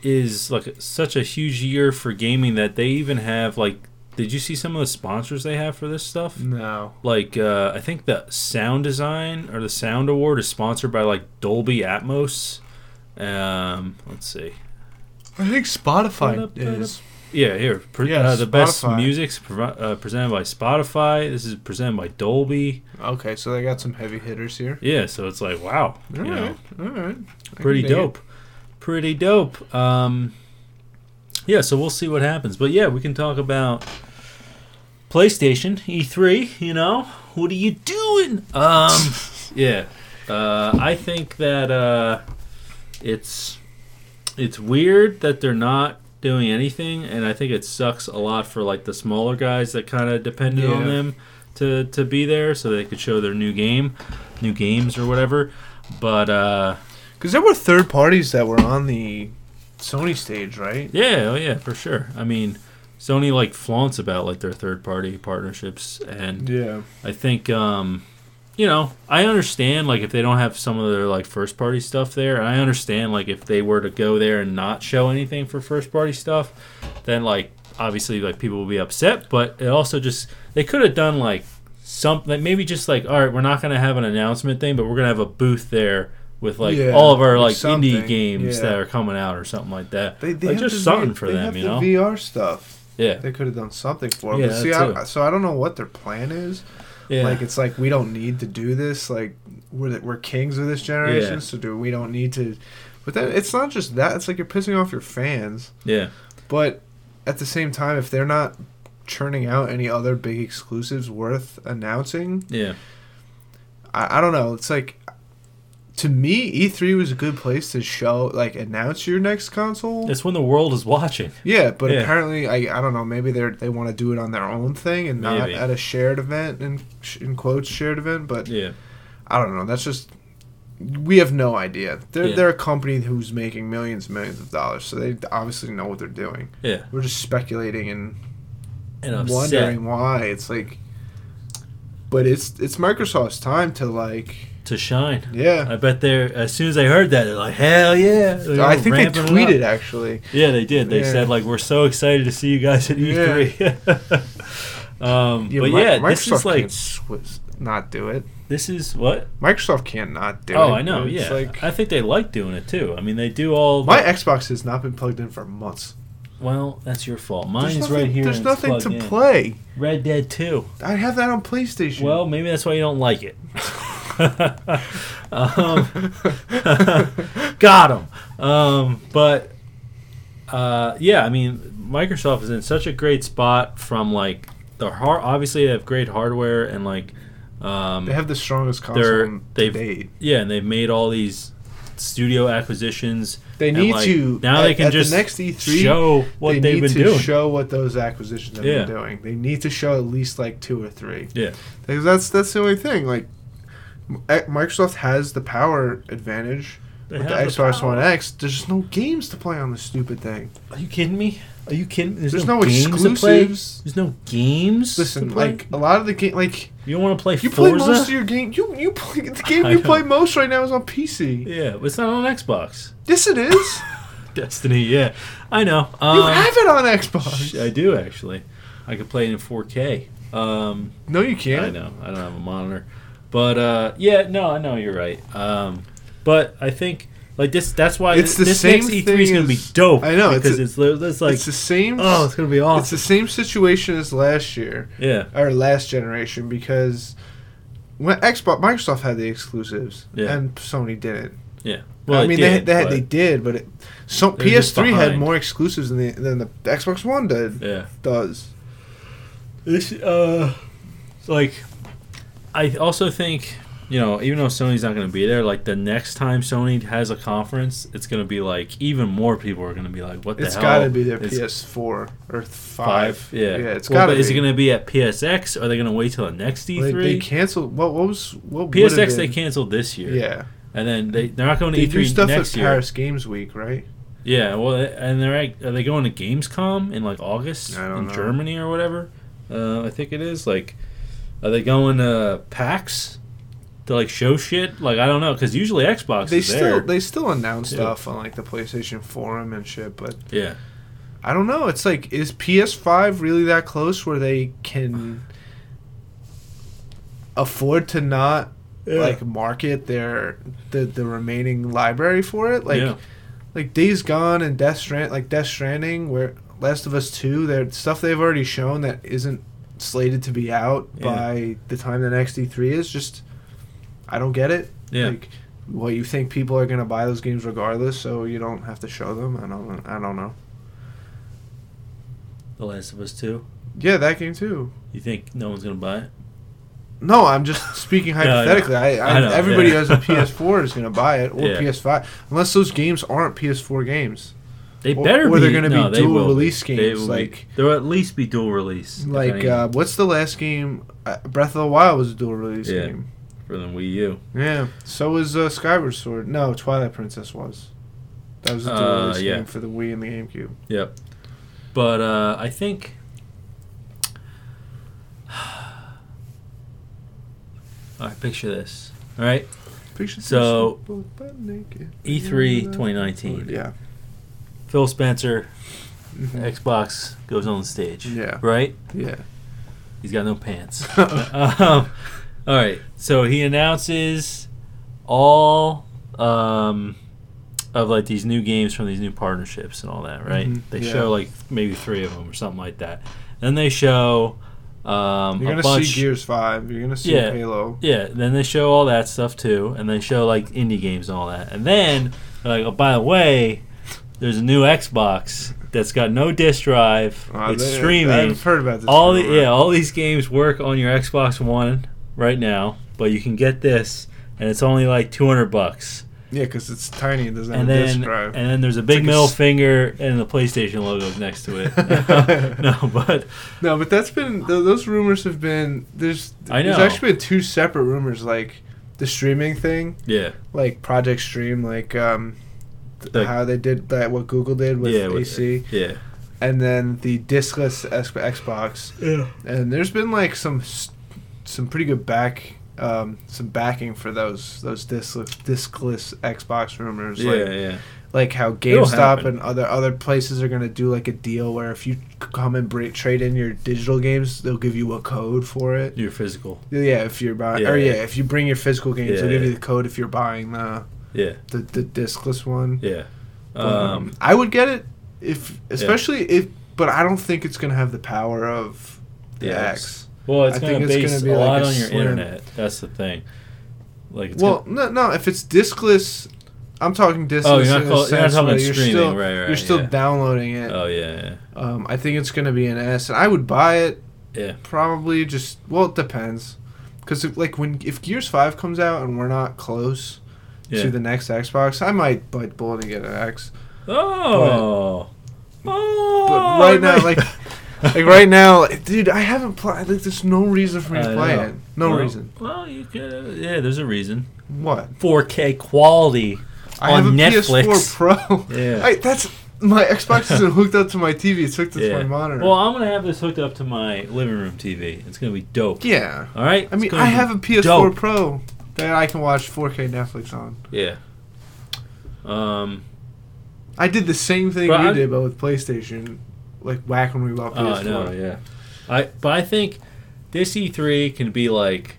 Speaker 1: is like such a huge year for gaming that they even have like did you see some of the sponsors they have for this stuff?
Speaker 2: No.
Speaker 1: Like uh, I think the sound design or the sound award is sponsored by like Dolby Atmos. Um, let's see.
Speaker 2: I think Spotify
Speaker 1: Ba-da-ba-da.
Speaker 2: is.
Speaker 1: Yeah, here. Pre-
Speaker 2: Yeah,
Speaker 1: uh, the best
Speaker 2: Spotify.
Speaker 1: music's provi- uh, presented by Spotify. This is presented by Dolby.
Speaker 2: Okay, so they got some heavy hitters here.
Speaker 1: Yeah, so it's like wow, you
Speaker 2: All right,
Speaker 1: know,
Speaker 2: all right. I
Speaker 1: pretty
Speaker 2: can dig
Speaker 1: dope, pretty dope. Um, yeah, so we'll see what happens. But yeah, we can talk about PlayStation E3. You know, what are you doing? Um, yeah, uh, I think that uh, it's it's weird that they're not doing anything, and I think it sucks a lot for like the smaller guys that kind of depended on
Speaker 2: Yeah.
Speaker 1: them to to be there so they could show their new game, new games or whatever. But uh,
Speaker 2: Because there were third parties that were on the Sony stage, right?
Speaker 1: yeah, oh yeah, for sure. I mean, Sony like flaunts about like their third party partnerships, and
Speaker 2: Yeah.
Speaker 1: I think um, you know I understand like if they don't have some of their like first party stuff there, and I understand like if they were to go there and not show anything for first party stuff, then like obviously like people will be upset. But it also just they could have done like something maybe just like all right we're not gonna have an announcement thing, but we're gonna have a booth there. With like
Speaker 2: Yeah,
Speaker 1: all of our like
Speaker 2: something,
Speaker 1: indie games
Speaker 2: yeah.
Speaker 1: that are coming out or something like that,
Speaker 2: They, they
Speaker 1: like
Speaker 2: have the
Speaker 1: just something
Speaker 2: V-
Speaker 1: for
Speaker 2: they
Speaker 1: them,
Speaker 2: have
Speaker 1: you
Speaker 2: the
Speaker 1: know?
Speaker 2: VR stuff.
Speaker 1: yeah,
Speaker 2: They could have done something for it.
Speaker 1: Yeah,
Speaker 2: but
Speaker 1: that
Speaker 2: see, I,
Speaker 1: too.
Speaker 2: so I don't know what their plan is.
Speaker 1: yeah.
Speaker 2: Like it's like we don't need to do this. Like we're the, we're kings of this generation,
Speaker 1: Yeah.
Speaker 2: so do we don't need to. But then it's not just that. It's like you're pissing off your fans.
Speaker 1: yeah,
Speaker 2: But at the same time, if they're not churning out any other big exclusives worth announcing,
Speaker 1: yeah.
Speaker 2: I, I don't know. It's like to me, E3 was a good place to show, like, announce your next console.
Speaker 1: It's when the world is watching.
Speaker 2: yeah, but
Speaker 1: yeah.
Speaker 2: apparently, I I don't know. Maybe they are they want to do it on their own thing and not
Speaker 1: Maybe.
Speaker 2: at a shared event in sh- in quotes shared event. But
Speaker 1: Yeah.
Speaker 2: I don't know. That's just we have no idea. They're
Speaker 1: Yeah.
Speaker 2: they're a company who's making millions and millions of dollars, so they obviously know what they're doing.
Speaker 1: Yeah.
Speaker 2: We're just speculating and
Speaker 1: And upset.
Speaker 2: wondering why. It's like, but it's it's Microsoft's time to like,
Speaker 1: to shine.
Speaker 2: yeah.
Speaker 1: I bet they're as soon as they heard that they're like hell yeah. They
Speaker 2: I
Speaker 1: were
Speaker 2: think they
Speaker 1: ramping it up.
Speaker 2: tweeted actually.
Speaker 1: Yeah, they did. They
Speaker 2: Yeah.
Speaker 1: said like we're so excited to see you guys at E3. um, but
Speaker 2: Mi-
Speaker 1: yeah,
Speaker 2: Microsoft
Speaker 1: this is like
Speaker 2: can't swi- not do it.
Speaker 1: this is what?
Speaker 2: Microsoft can't not do it.
Speaker 1: oh, I know.
Speaker 2: It's
Speaker 1: Yeah,
Speaker 2: like
Speaker 1: I think they like doing it too. I mean, they do all.
Speaker 2: my
Speaker 1: the-
Speaker 2: Xbox has not been plugged in for months.
Speaker 1: well, that's your fault.
Speaker 2: There's
Speaker 1: Mine's
Speaker 2: nothing,
Speaker 1: right here.
Speaker 2: There's
Speaker 1: and it's
Speaker 2: nothing
Speaker 1: plugged
Speaker 2: to
Speaker 1: in.
Speaker 2: play.
Speaker 1: Red Dead Two.
Speaker 2: I have that on PlayStation.
Speaker 1: Well, maybe that's why you don't like it. um, got him. Um, but uh, yeah, I mean, Microsoft is in such a great spot from like the har Obviously, they have great hardware and like um,
Speaker 2: they have the strongest
Speaker 1: They're-
Speaker 2: console to
Speaker 1: they've-
Speaker 2: date.
Speaker 1: yeah, and they've made all these studio acquisitions.
Speaker 2: They
Speaker 1: and,
Speaker 2: need
Speaker 1: like,
Speaker 2: to
Speaker 1: now.
Speaker 2: at-
Speaker 1: they can
Speaker 2: at the
Speaker 1: just
Speaker 2: next E3,
Speaker 1: show what
Speaker 2: they
Speaker 1: have
Speaker 2: need
Speaker 1: been
Speaker 2: to
Speaker 1: doing.
Speaker 2: show what those acquisitions have
Speaker 1: Yeah.
Speaker 2: been doing. They need to show at least like two or three.
Speaker 1: Yeah.
Speaker 2: because that's that's the only thing. Like, M- Microsoft has the power advantage
Speaker 1: They
Speaker 2: with the
Speaker 1: have the
Speaker 2: Xbox
Speaker 1: power.
Speaker 2: One X. There's just no games to play on this stupid thing.
Speaker 1: Are you kidding me? Are you kidding? me?
Speaker 2: There's no
Speaker 1: games to play.
Speaker 2: exclusives.
Speaker 1: There's no games.
Speaker 2: Listen,
Speaker 1: to play?
Speaker 2: like a lot of the game, like
Speaker 1: you don't want to play
Speaker 2: you play
Speaker 1: Forza.
Speaker 2: most of your game. You you play the game
Speaker 1: I
Speaker 2: you
Speaker 1: know.
Speaker 2: play most right now is on PC.
Speaker 1: yeah, but it's not on Xbox.
Speaker 2: Yes, it is.
Speaker 1: Destiny, yeah, I know. Um,
Speaker 2: you have it on
Speaker 1: sh-
Speaker 2: Xbox.
Speaker 1: I do actually. I could play it in 4K. Um,
Speaker 2: no, you
Speaker 1: I
Speaker 2: can't.
Speaker 1: know. I don't have a monitor, but uh, yeah, no, I know you're right. Um, but I think like this. That's why
Speaker 2: It's the
Speaker 1: this
Speaker 2: same
Speaker 1: next E3 is
Speaker 2: thing
Speaker 1: gonna be
Speaker 2: as-
Speaker 1: dope.
Speaker 2: I know, it's
Speaker 1: because
Speaker 2: a-
Speaker 1: it's, li- it's, like
Speaker 2: it's the same.
Speaker 1: oh, it's gonna be
Speaker 2: It's
Speaker 1: awesome.
Speaker 2: the same situation as last year
Speaker 1: yeah,
Speaker 2: or last generation because when Xbox Microsoft had the exclusives
Speaker 1: Yeah.
Speaker 2: and Sony didn't.
Speaker 1: yeah.
Speaker 2: I
Speaker 1: it did,
Speaker 2: mean, they had, they, had, they
Speaker 1: but-
Speaker 2: did, but it, some
Speaker 1: They're just
Speaker 2: PS3 had
Speaker 1: behind.
Speaker 2: more exclusives than the, than the Xbox One did
Speaker 1: yeah.
Speaker 2: does.
Speaker 1: This uh, like, I also think you know, even though Sony's not going to be there, like the next time Sony has a conference, it's going to be like even more people are going to be like, "What the
Speaker 2: It's
Speaker 1: hell?"
Speaker 2: got to be their
Speaker 1: is
Speaker 2: PS4 or th- five.
Speaker 1: five. Yeah,
Speaker 2: yeah, it's
Speaker 1: Well,
Speaker 2: got to
Speaker 1: but
Speaker 2: be.
Speaker 1: Is it going to be at PSX? Are they going to wait till the next E E3?
Speaker 2: Like, they canceled. What, what was what? would've
Speaker 1: PSX they
Speaker 2: been-
Speaker 1: canceled this year.
Speaker 2: Yeah,
Speaker 1: and then they they're not going to
Speaker 2: they do
Speaker 1: E3
Speaker 2: stuff at
Speaker 1: next year.
Speaker 2: Paris Games Week, right?
Speaker 1: Yeah, well, and they're at, are they going to Gamescom in like August
Speaker 2: I don't
Speaker 1: in
Speaker 2: know.
Speaker 1: Germany or whatever? Uh, I think it is. Like, are they going to PAX to like show shit? Like, I don't know, because usually Xbox
Speaker 2: They
Speaker 1: is there.
Speaker 2: still they still announce
Speaker 1: Yeah.
Speaker 2: stuff on like the PlayStation forum and shit, but
Speaker 1: yeah,
Speaker 2: I don't know. It's like, is PS5 really that close where they can afford to not like market their the, the remaining library for it? Like
Speaker 1: Yeah.
Speaker 2: like Days Gone and Death Strand like Death Stranding, where Last of Us Two, their stuff they've already shown that isn't slated to be out
Speaker 1: Yeah.
Speaker 2: by the time the next E three is. Just I don't get it.
Speaker 1: yeah.
Speaker 2: Like, well, you think people are gonna buy those games regardless, so you don't have to show them. I don't. I don't know.
Speaker 1: the Last of Us Two.
Speaker 2: Yeah, that game too.
Speaker 1: You think no one's gonna buy it?
Speaker 2: No, I'm just speaking
Speaker 1: No, I know.
Speaker 2: hypothetically. I, I,
Speaker 1: I know,
Speaker 2: everybody
Speaker 1: yeah.
Speaker 2: who has a PS4 is going to buy it or
Speaker 1: Yeah.
Speaker 2: PS5, unless those games aren't PS4 games.
Speaker 1: They
Speaker 2: Or-
Speaker 1: better.
Speaker 2: or
Speaker 1: be,
Speaker 2: they're gonna be
Speaker 1: no, they
Speaker 2: dual
Speaker 1: will
Speaker 2: release
Speaker 1: They
Speaker 2: games,
Speaker 1: will be-
Speaker 2: like-
Speaker 1: there'll at least be dual release. if
Speaker 2: Like,
Speaker 1: anything,
Speaker 2: uh, what's the last game? Uh, Breath of the Wild was a dual release
Speaker 1: Yeah.
Speaker 2: game.
Speaker 1: for the Wii U.
Speaker 2: Yeah. So was uh, Skyward Sword. No, Twilight Princess was. That was a dual
Speaker 1: Uh,
Speaker 2: release
Speaker 1: yeah.
Speaker 2: game for the Wii and the GameCube.
Speaker 1: Yep. But uh, I think. All right, picture this. All right,
Speaker 2: Picture
Speaker 1: So, E
Speaker 2: yourself butt naked.
Speaker 1: E3 2019.
Speaker 2: Yeah.
Speaker 1: Phil Spencer,
Speaker 2: Mhm.
Speaker 1: Xbox, goes on stage.
Speaker 2: Yeah.
Speaker 1: Right?
Speaker 2: Yeah.
Speaker 1: He's got no pants. um, all right, so he announces all um, of like these new games from these new partnerships and all that, right?
Speaker 2: Mhm,
Speaker 1: They
Speaker 2: yeah.
Speaker 1: show like maybe three of them or something like that. Then they show um,
Speaker 2: You're
Speaker 1: a
Speaker 2: going to
Speaker 1: bunch.
Speaker 2: see Gears 5. You're going to see
Speaker 1: Yeah.
Speaker 2: Halo.
Speaker 1: Yeah, then they show all that stuff too, and they show like indie games and all that. And then they're like, oh, by the way, there's a new Xbox that's got no disk drive.
Speaker 2: Uh,
Speaker 1: it's
Speaker 2: they-
Speaker 1: streaming.
Speaker 2: I've heard about this.
Speaker 1: all the
Speaker 2: rumor.
Speaker 1: yeah, all these games work on your Xbox One right now. but you can get this, and it's only like 200 bucks.
Speaker 2: Yeah, because it's tiny and doesn't
Speaker 1: And
Speaker 2: have a disk
Speaker 1: then, and
Speaker 2: drive.
Speaker 1: then there's a big
Speaker 2: like a
Speaker 1: middle
Speaker 2: s-
Speaker 1: finger and the PlayStation logo's next to it. no, but
Speaker 2: No, but that's been th- those rumors have been there's
Speaker 1: I
Speaker 2: there's
Speaker 1: know.
Speaker 2: actually been two separate rumors like the streaming thing,
Speaker 1: yeah,
Speaker 2: like Project Stream, like um th-
Speaker 1: The-
Speaker 2: how they did that what Google did with
Speaker 1: yeah, with-
Speaker 2: AC,
Speaker 1: yeah,
Speaker 2: and then the diskless X- Xbox. And there's been like some s- some pretty good back um, some backing for those those diskless, diskless Xbox rumors.
Speaker 1: yeah,
Speaker 2: Like,
Speaker 1: yeah.
Speaker 2: like how
Speaker 1: It'll
Speaker 2: GameStop
Speaker 1: happen.
Speaker 2: and other other places are gonna do like a deal where if you c- come and break, trade in your digital games, they'll give you a code for it.
Speaker 1: Your physical,
Speaker 2: Yeah, if you're buying,
Speaker 1: Yeah,
Speaker 2: or yeah,
Speaker 1: yeah.
Speaker 2: if you bring your physical games,
Speaker 1: Yeah,
Speaker 2: they'll give
Speaker 1: yeah.
Speaker 2: you the code if you're buying the
Speaker 1: yeah,
Speaker 2: the, the discless one.
Speaker 1: yeah.
Speaker 2: But,
Speaker 1: Um,
Speaker 2: I would get it if, especially if, but I don't think it's gonna have the power of the
Speaker 1: Yeah,
Speaker 2: X.
Speaker 1: well, it's
Speaker 2: I
Speaker 1: going
Speaker 2: think
Speaker 1: to
Speaker 2: it's
Speaker 1: base
Speaker 2: gonna be
Speaker 1: a
Speaker 2: like
Speaker 1: lot
Speaker 2: a
Speaker 1: on your
Speaker 2: slim-
Speaker 1: internet. That's the thing. Like, it's
Speaker 2: Well, no, no. If it's discless, I'm talking discless.
Speaker 1: Oh, you're not
Speaker 2: in a
Speaker 1: call- you're not
Speaker 2: sense
Speaker 1: talking
Speaker 2: where you're
Speaker 1: streaming,
Speaker 2: still,
Speaker 1: right, right,
Speaker 2: You're still
Speaker 1: yeah.
Speaker 2: downloading it.
Speaker 1: gonna, oh yeah, yeah.
Speaker 2: Um, I think it's gonna be an S, and I would buy it.
Speaker 1: Yeah.
Speaker 2: Probably just well, it depends, because if, like when if Gears Five comes out and we're not close
Speaker 1: yeah.
Speaker 2: to the next Xbox, I might bite the bullet and get an X.
Speaker 1: Oh. oh.
Speaker 2: But right now, like like right now, dude, I haven't played. Like, there's no reason for me to
Speaker 1: I
Speaker 2: play
Speaker 1: know.
Speaker 2: it. No
Speaker 1: Well,
Speaker 2: reason.
Speaker 1: Well, you could. Yeah, there's a reason.
Speaker 2: What?
Speaker 1: 4K quality.
Speaker 2: I
Speaker 1: On
Speaker 2: have a
Speaker 1: Netflix.
Speaker 2: PS4 Pro.
Speaker 1: Yeah.
Speaker 2: I, that's my Xbox isn't hooked up to my TV. It's hooked up
Speaker 1: yeah.
Speaker 2: to my monitor.
Speaker 1: Well, I'm gonna have this hooked up to my living room TV. It's gonna be dope.
Speaker 2: yeah.
Speaker 1: All right.
Speaker 2: I mean, I have a PS4 Pro that I can watch 4K Netflix on.
Speaker 1: Yeah. Um.
Speaker 2: I did the same thing
Speaker 1: But
Speaker 2: you
Speaker 1: I-
Speaker 2: did, but with PlayStation, like back when we bought
Speaker 1: Oh, I
Speaker 2: PS4.
Speaker 1: know. Yeah. I but I think this E3 can be like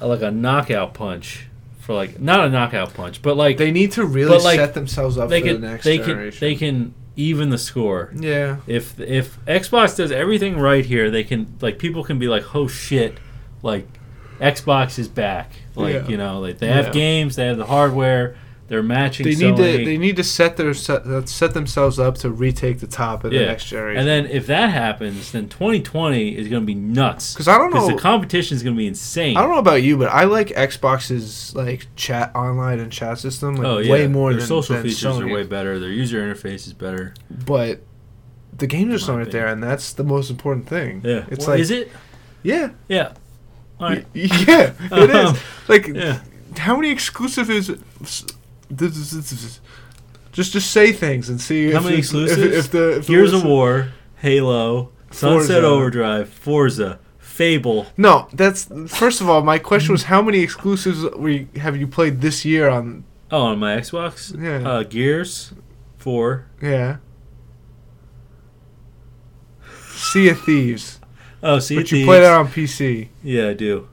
Speaker 1: like a knockout punch for like not a knockout punch, but like
Speaker 2: They need to really
Speaker 1: But, like,
Speaker 2: set themselves up
Speaker 1: they
Speaker 2: for
Speaker 1: can
Speaker 2: the next
Speaker 1: they can
Speaker 2: generation.
Speaker 1: they can even the score.
Speaker 2: yeah,
Speaker 1: If if Xbox does everything right here, they can like people can be like, "Oh shit, like Xbox is back." Like,
Speaker 2: Yeah.
Speaker 1: you know, like they have
Speaker 2: Yeah.
Speaker 1: games, they have the hardware, they're matching
Speaker 2: they
Speaker 1: Sony.
Speaker 2: need to they need to set their set, uh, set themselves up to retake the top of the
Speaker 1: Yeah.
Speaker 2: next generation.
Speaker 1: and then if that happens, then 2020 is going to be nuts.
Speaker 2: Because I don't
Speaker 1: Because
Speaker 2: know,
Speaker 1: the competition is going to be insane.
Speaker 2: I don't know about you, but I like Xbox's like chat online and chat system like
Speaker 1: oh yeah,
Speaker 2: way more
Speaker 1: Their
Speaker 2: than
Speaker 1: social
Speaker 2: than
Speaker 1: features
Speaker 2: Sony.
Speaker 1: are way better. Their user interface is better.
Speaker 2: But the games are
Speaker 1: my
Speaker 2: still right there, and that's the most important thing.
Speaker 1: Yeah,
Speaker 2: it's
Speaker 1: Well,
Speaker 2: like
Speaker 1: is it?
Speaker 2: yeah,
Speaker 1: Yeah. All right.
Speaker 2: yeah, it is.
Speaker 1: Um,
Speaker 2: Like
Speaker 1: Yeah.
Speaker 2: how many exclusive is just just say things and see
Speaker 1: How
Speaker 2: if
Speaker 1: many
Speaker 2: it's- if,
Speaker 1: exclusives?
Speaker 2: if the if the
Speaker 1: Gears
Speaker 2: list-
Speaker 1: of War, Halo, Sunset
Speaker 2: Forza.
Speaker 1: Overdrive, Forza, Fable.
Speaker 2: no that's first of all my question was how many exclusives we have you played this year on
Speaker 1: Oh, on my Xbox,
Speaker 2: Yeah.
Speaker 1: uh, Gears Four.
Speaker 2: yeah Sea of Thieves
Speaker 1: Oh, see,
Speaker 2: but you play that on PC
Speaker 1: Yeah, I do.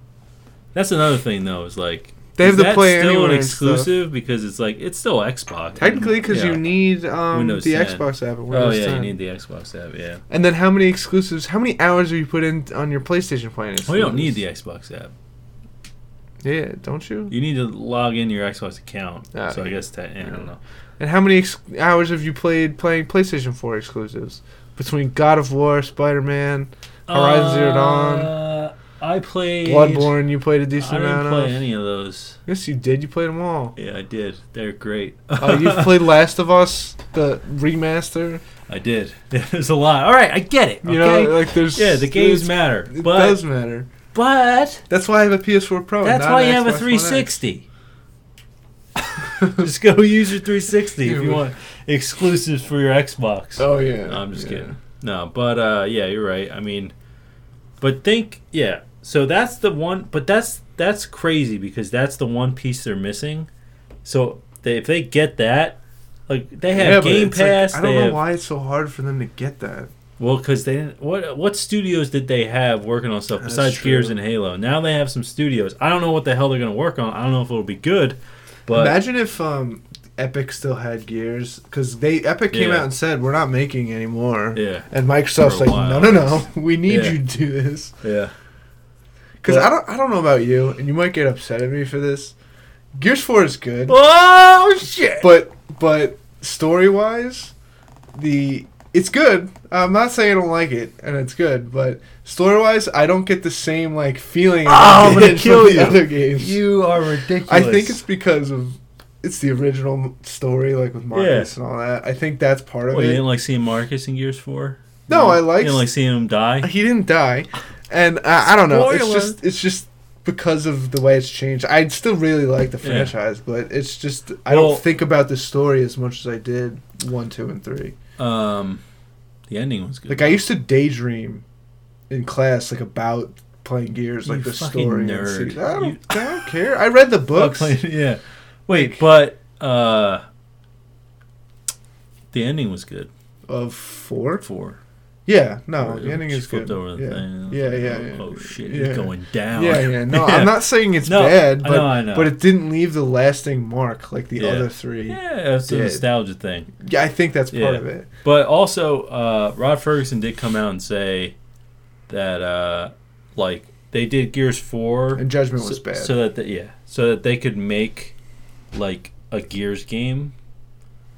Speaker 1: That's another thing though. Is like
Speaker 2: They
Speaker 1: is
Speaker 2: have to
Speaker 1: that
Speaker 2: play
Speaker 1: still
Speaker 2: anywhere
Speaker 1: an
Speaker 2: and stuff.
Speaker 1: exclusive because it's like it's still Xbox.
Speaker 2: technically because
Speaker 1: Yeah.
Speaker 2: you need um, the
Speaker 1: Windows 10.
Speaker 2: Xbox app and
Speaker 1: Oh
Speaker 2: Windows
Speaker 1: yeah,
Speaker 2: 10.
Speaker 1: you need the Xbox app. Yeah,
Speaker 2: and then how many exclusives how many hours have you put in on your PlayStation playing
Speaker 1: well, Oh, you don't need the Xbox app.
Speaker 2: yeah don't you
Speaker 1: You need to log in your Xbox account.
Speaker 2: Ah,
Speaker 1: so I
Speaker 2: yeah.
Speaker 1: guess te- I don't know.
Speaker 2: And how many ex- hours have you played playing PlayStation 4 exclusives? Between God of War, Spider Man, Horizon Zero Dawn.
Speaker 1: Uh, I played
Speaker 2: Bloodborne, you played a
Speaker 1: I
Speaker 2: decent
Speaker 1: didn't
Speaker 2: amount
Speaker 1: play
Speaker 2: of.
Speaker 1: any of those.
Speaker 2: Yes, you did. You played them all.
Speaker 1: Yeah, I did. They're great.
Speaker 2: Uh, you played Last of Us, the remaster.
Speaker 1: I did. There's a lot. All right, I get it.
Speaker 2: You
Speaker 1: okay?
Speaker 2: know, like there's.
Speaker 1: yeah, the games
Speaker 2: there's-
Speaker 1: matter,
Speaker 2: It
Speaker 1: but
Speaker 2: does matter.
Speaker 1: but
Speaker 2: That's why I have a PS4 Pro.
Speaker 1: that's
Speaker 2: not
Speaker 1: why
Speaker 2: an
Speaker 1: you have a
Speaker 2: Xbox One X.
Speaker 1: 360. Just go use your 360 if you want exclusives for your Xbox.
Speaker 2: Oh yeah.
Speaker 1: No, I'm just
Speaker 2: yeah.
Speaker 1: kidding. No, but uh, yeah, you're right. I mean, but think, yeah. So that's the one, but that's that's crazy because that's the one piece they're missing. So they, if they get that, like they
Speaker 2: Yeah,
Speaker 1: have
Speaker 2: but
Speaker 1: Game
Speaker 2: it's like,
Speaker 1: Pass,
Speaker 2: I
Speaker 1: they
Speaker 2: don't know
Speaker 1: have,
Speaker 2: why it's so hard for them to get that.
Speaker 1: well, because they didn't. What what studios did they have working on stuff
Speaker 2: That's
Speaker 1: besides Gears
Speaker 2: true.
Speaker 1: and Halo? Now they have some studios. I don't know what the hell they're gonna work on. I don't know if it'll be good, but
Speaker 2: Imagine if um, Epic still had Gears, because they Epic came
Speaker 1: Yeah.
Speaker 2: out and said we're not making anymore.
Speaker 1: yeah,
Speaker 2: And Microsoft's
Speaker 1: For a
Speaker 2: like,
Speaker 1: while.
Speaker 2: no, no, no, we need
Speaker 1: Yeah.
Speaker 2: you to do this.
Speaker 1: yeah.
Speaker 2: Because
Speaker 1: Well-
Speaker 2: I don't, I don't know about you, and you might get upset at me for this. Gears Four is good,
Speaker 1: Oh shit!
Speaker 2: but but story wise, the it's good. I'm not saying I don't like it, and it's good, but story wise, I don't get the same like feeling. I
Speaker 1: Oh, I'm gonna
Speaker 2: did
Speaker 1: kill
Speaker 2: from
Speaker 1: you.
Speaker 2: The other games.
Speaker 1: You are ridiculous.
Speaker 2: I think it's because of it's the original story, like with Marcus and all that. I think that's part of
Speaker 1: Well, you
Speaker 2: it.
Speaker 1: didn't like seeing Marcus in Gears Four.
Speaker 2: No, I
Speaker 1: You
Speaker 2: liked-
Speaker 1: didn't like seeing him die.
Speaker 2: he didn't die, and I, I don't know. It's
Speaker 1: Spoiler.
Speaker 2: just it's just because of the way it's changed. I still really like the
Speaker 1: Yeah.
Speaker 2: franchise, but it's just I
Speaker 1: Well-
Speaker 2: don't think about the story as much as I did one, two, and three.
Speaker 1: Um, the ending was good.
Speaker 2: Like I used to daydream in class, like about playing Gears, like
Speaker 1: You
Speaker 2: the
Speaker 1: fucking
Speaker 2: story. and
Speaker 1: nerd.
Speaker 2: see- I, don't,
Speaker 1: You-
Speaker 2: I don't care. I read the
Speaker 1: About
Speaker 2: books.
Speaker 1: playing- yeah. Wait,
Speaker 2: Like-
Speaker 1: but uh, the ending was good.
Speaker 2: of four.
Speaker 1: Four.
Speaker 2: Yeah, no,
Speaker 1: Where
Speaker 2: Oh, the ending
Speaker 1: she
Speaker 2: is
Speaker 1: flipped
Speaker 2: good.
Speaker 1: over the
Speaker 2: yeah.
Speaker 1: thing. and I was
Speaker 2: Yeah,
Speaker 1: like,
Speaker 2: yeah,
Speaker 1: oh,
Speaker 2: yeah.
Speaker 1: Oh shit,
Speaker 2: Yeah.
Speaker 1: he's going down.
Speaker 2: Yeah, yeah. No,
Speaker 1: Yeah.
Speaker 2: I'm not saying it's
Speaker 1: No,
Speaker 2: bad,
Speaker 1: I
Speaker 2: but
Speaker 1: know, I know.
Speaker 2: but it didn't leave the lasting mark like the
Speaker 1: Yeah.
Speaker 2: other three. Yeah.
Speaker 1: Yeah, it's a
Speaker 2: Yeah.
Speaker 1: nostalgia thing.
Speaker 2: I think that's part
Speaker 1: Yeah.
Speaker 2: of it.
Speaker 1: But also, uh, Rod Ferguson did come out and say that, uh, like, they did Gears Four
Speaker 2: And Judgment
Speaker 1: so,
Speaker 2: was bad.
Speaker 1: so that they, yeah, so that they could make like a Gears game,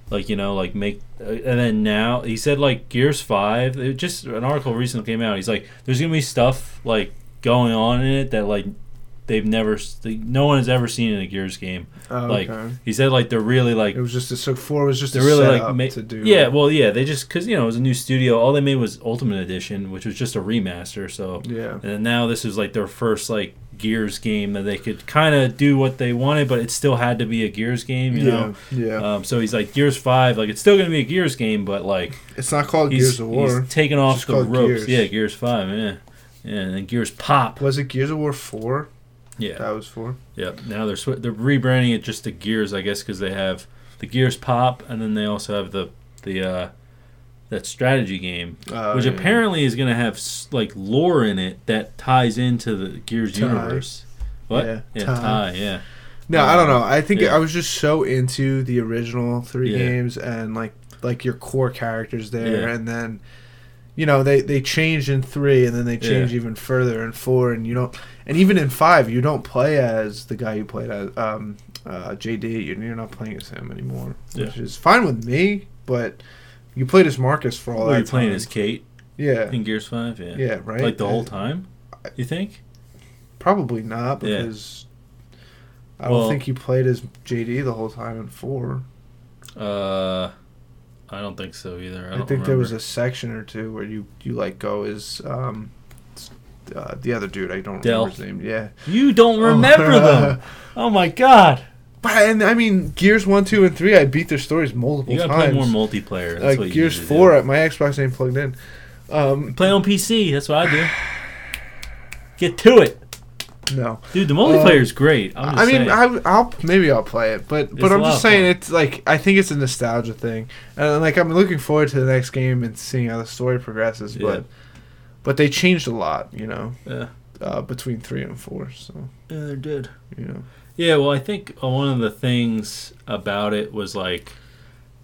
Speaker 1: like you know, like make uh, and then now he said like Gears Five. It just an article recently came out. He's like, there's gonna be stuff like going on in it that like they've never, s- they- no one has ever seen in a Gears game.
Speaker 2: Oh,
Speaker 1: Like
Speaker 2: okay.
Speaker 1: he said, like they're really like
Speaker 2: it was just a, so four was just
Speaker 1: they're
Speaker 2: a
Speaker 1: really
Speaker 2: setup
Speaker 1: like ma-
Speaker 2: to do.
Speaker 1: yeah well yeah they just because you know it was a new studio all they made was ultimate edition which was just a remaster so
Speaker 2: yeah.
Speaker 1: and then now this is like their first like gears game that they could kind of do what they wanted but it still had to be a gears game you
Speaker 2: Yeah,
Speaker 1: know
Speaker 2: yeah.
Speaker 1: um, so he's like gears 5 like it's still gonna be a gears game but like
Speaker 2: it's not called
Speaker 1: he's,
Speaker 2: Gears of War.
Speaker 1: he's taking off
Speaker 2: just
Speaker 1: the
Speaker 2: called
Speaker 1: ropes
Speaker 2: Gears.
Speaker 1: yeah gears 5 yeah yeah, and then Gears Pop.
Speaker 2: Was it Gears of War four? That
Speaker 1: Yeah,
Speaker 2: was four.
Speaker 1: yeah. Now they're swi they're rebranding it just to Gears, I guess, because they have the Gears Pop, and then they also have the the uh, that strategy game
Speaker 2: Uh,
Speaker 1: which
Speaker 2: yeah.
Speaker 1: apparently is going to have s- like lore in it that ties into the Gears
Speaker 2: Tie.
Speaker 1: universe. What?
Speaker 2: Yeah,
Speaker 1: Yeah,
Speaker 2: tie.
Speaker 1: tie. yeah.
Speaker 2: No, I don't know. I think
Speaker 1: Yeah.
Speaker 2: I was just so into the original three
Speaker 1: Yeah.
Speaker 2: games and like like your core characters there,
Speaker 1: Yeah.
Speaker 2: and then you know they they changed in three, and then they changed
Speaker 1: Yeah.
Speaker 2: even further in four, and you don't, and even in five you don't play as the guy you played as um, uh, JD. You're, you're not playing as him anymore, which is fine with me, but. You played as Marcus for all
Speaker 1: Were
Speaker 2: that
Speaker 1: you playing
Speaker 2: time.
Speaker 1: as Kate
Speaker 2: yeah,
Speaker 1: in Gears Five? Yeah.
Speaker 2: yeah, right.
Speaker 1: Like the
Speaker 2: Uh,
Speaker 1: whole time? You think?
Speaker 2: Probably not
Speaker 1: Yeah.
Speaker 2: because I don't
Speaker 1: Well-
Speaker 2: think you played as JD the whole time in four.
Speaker 1: Uh, I don't think so either. I,
Speaker 2: I,
Speaker 1: don't
Speaker 2: think there was a section or two where you you like go as um s- uh, the other dude. I don't
Speaker 1: Del.
Speaker 2: remember his name. Yeah,
Speaker 1: You don't remember them? Oh my god!
Speaker 2: But I, and I mean, Gears one, two, and three. I beat their stories multiple
Speaker 1: You gotta
Speaker 2: times.
Speaker 1: play more multiplayer. That's
Speaker 2: like
Speaker 1: what you
Speaker 2: Gears
Speaker 1: need to
Speaker 2: four,
Speaker 1: do.
Speaker 2: at my Xbox ain't plugged in. Um,
Speaker 1: Play on PC. That's what I do. Get to it,
Speaker 2: no,
Speaker 1: dude. The multiplayer is great. I'm just
Speaker 2: Uh, I mean,
Speaker 1: saying.
Speaker 2: I, I'll maybe I'll play it, but but
Speaker 1: It's a
Speaker 2: I'm
Speaker 1: lot
Speaker 2: just
Speaker 1: of
Speaker 2: saying
Speaker 1: fun.
Speaker 2: it's like I think it's a nostalgia thing, and like I'm looking forward to the next game and seeing how the story progresses.
Speaker 1: Yeah.
Speaker 2: But but they changed a lot, you know,
Speaker 1: Yeah.
Speaker 2: uh, between three and four. So
Speaker 1: yeah, they're dead.
Speaker 2: you know,
Speaker 1: Yeah, well, I think uh, one of the things about it was like,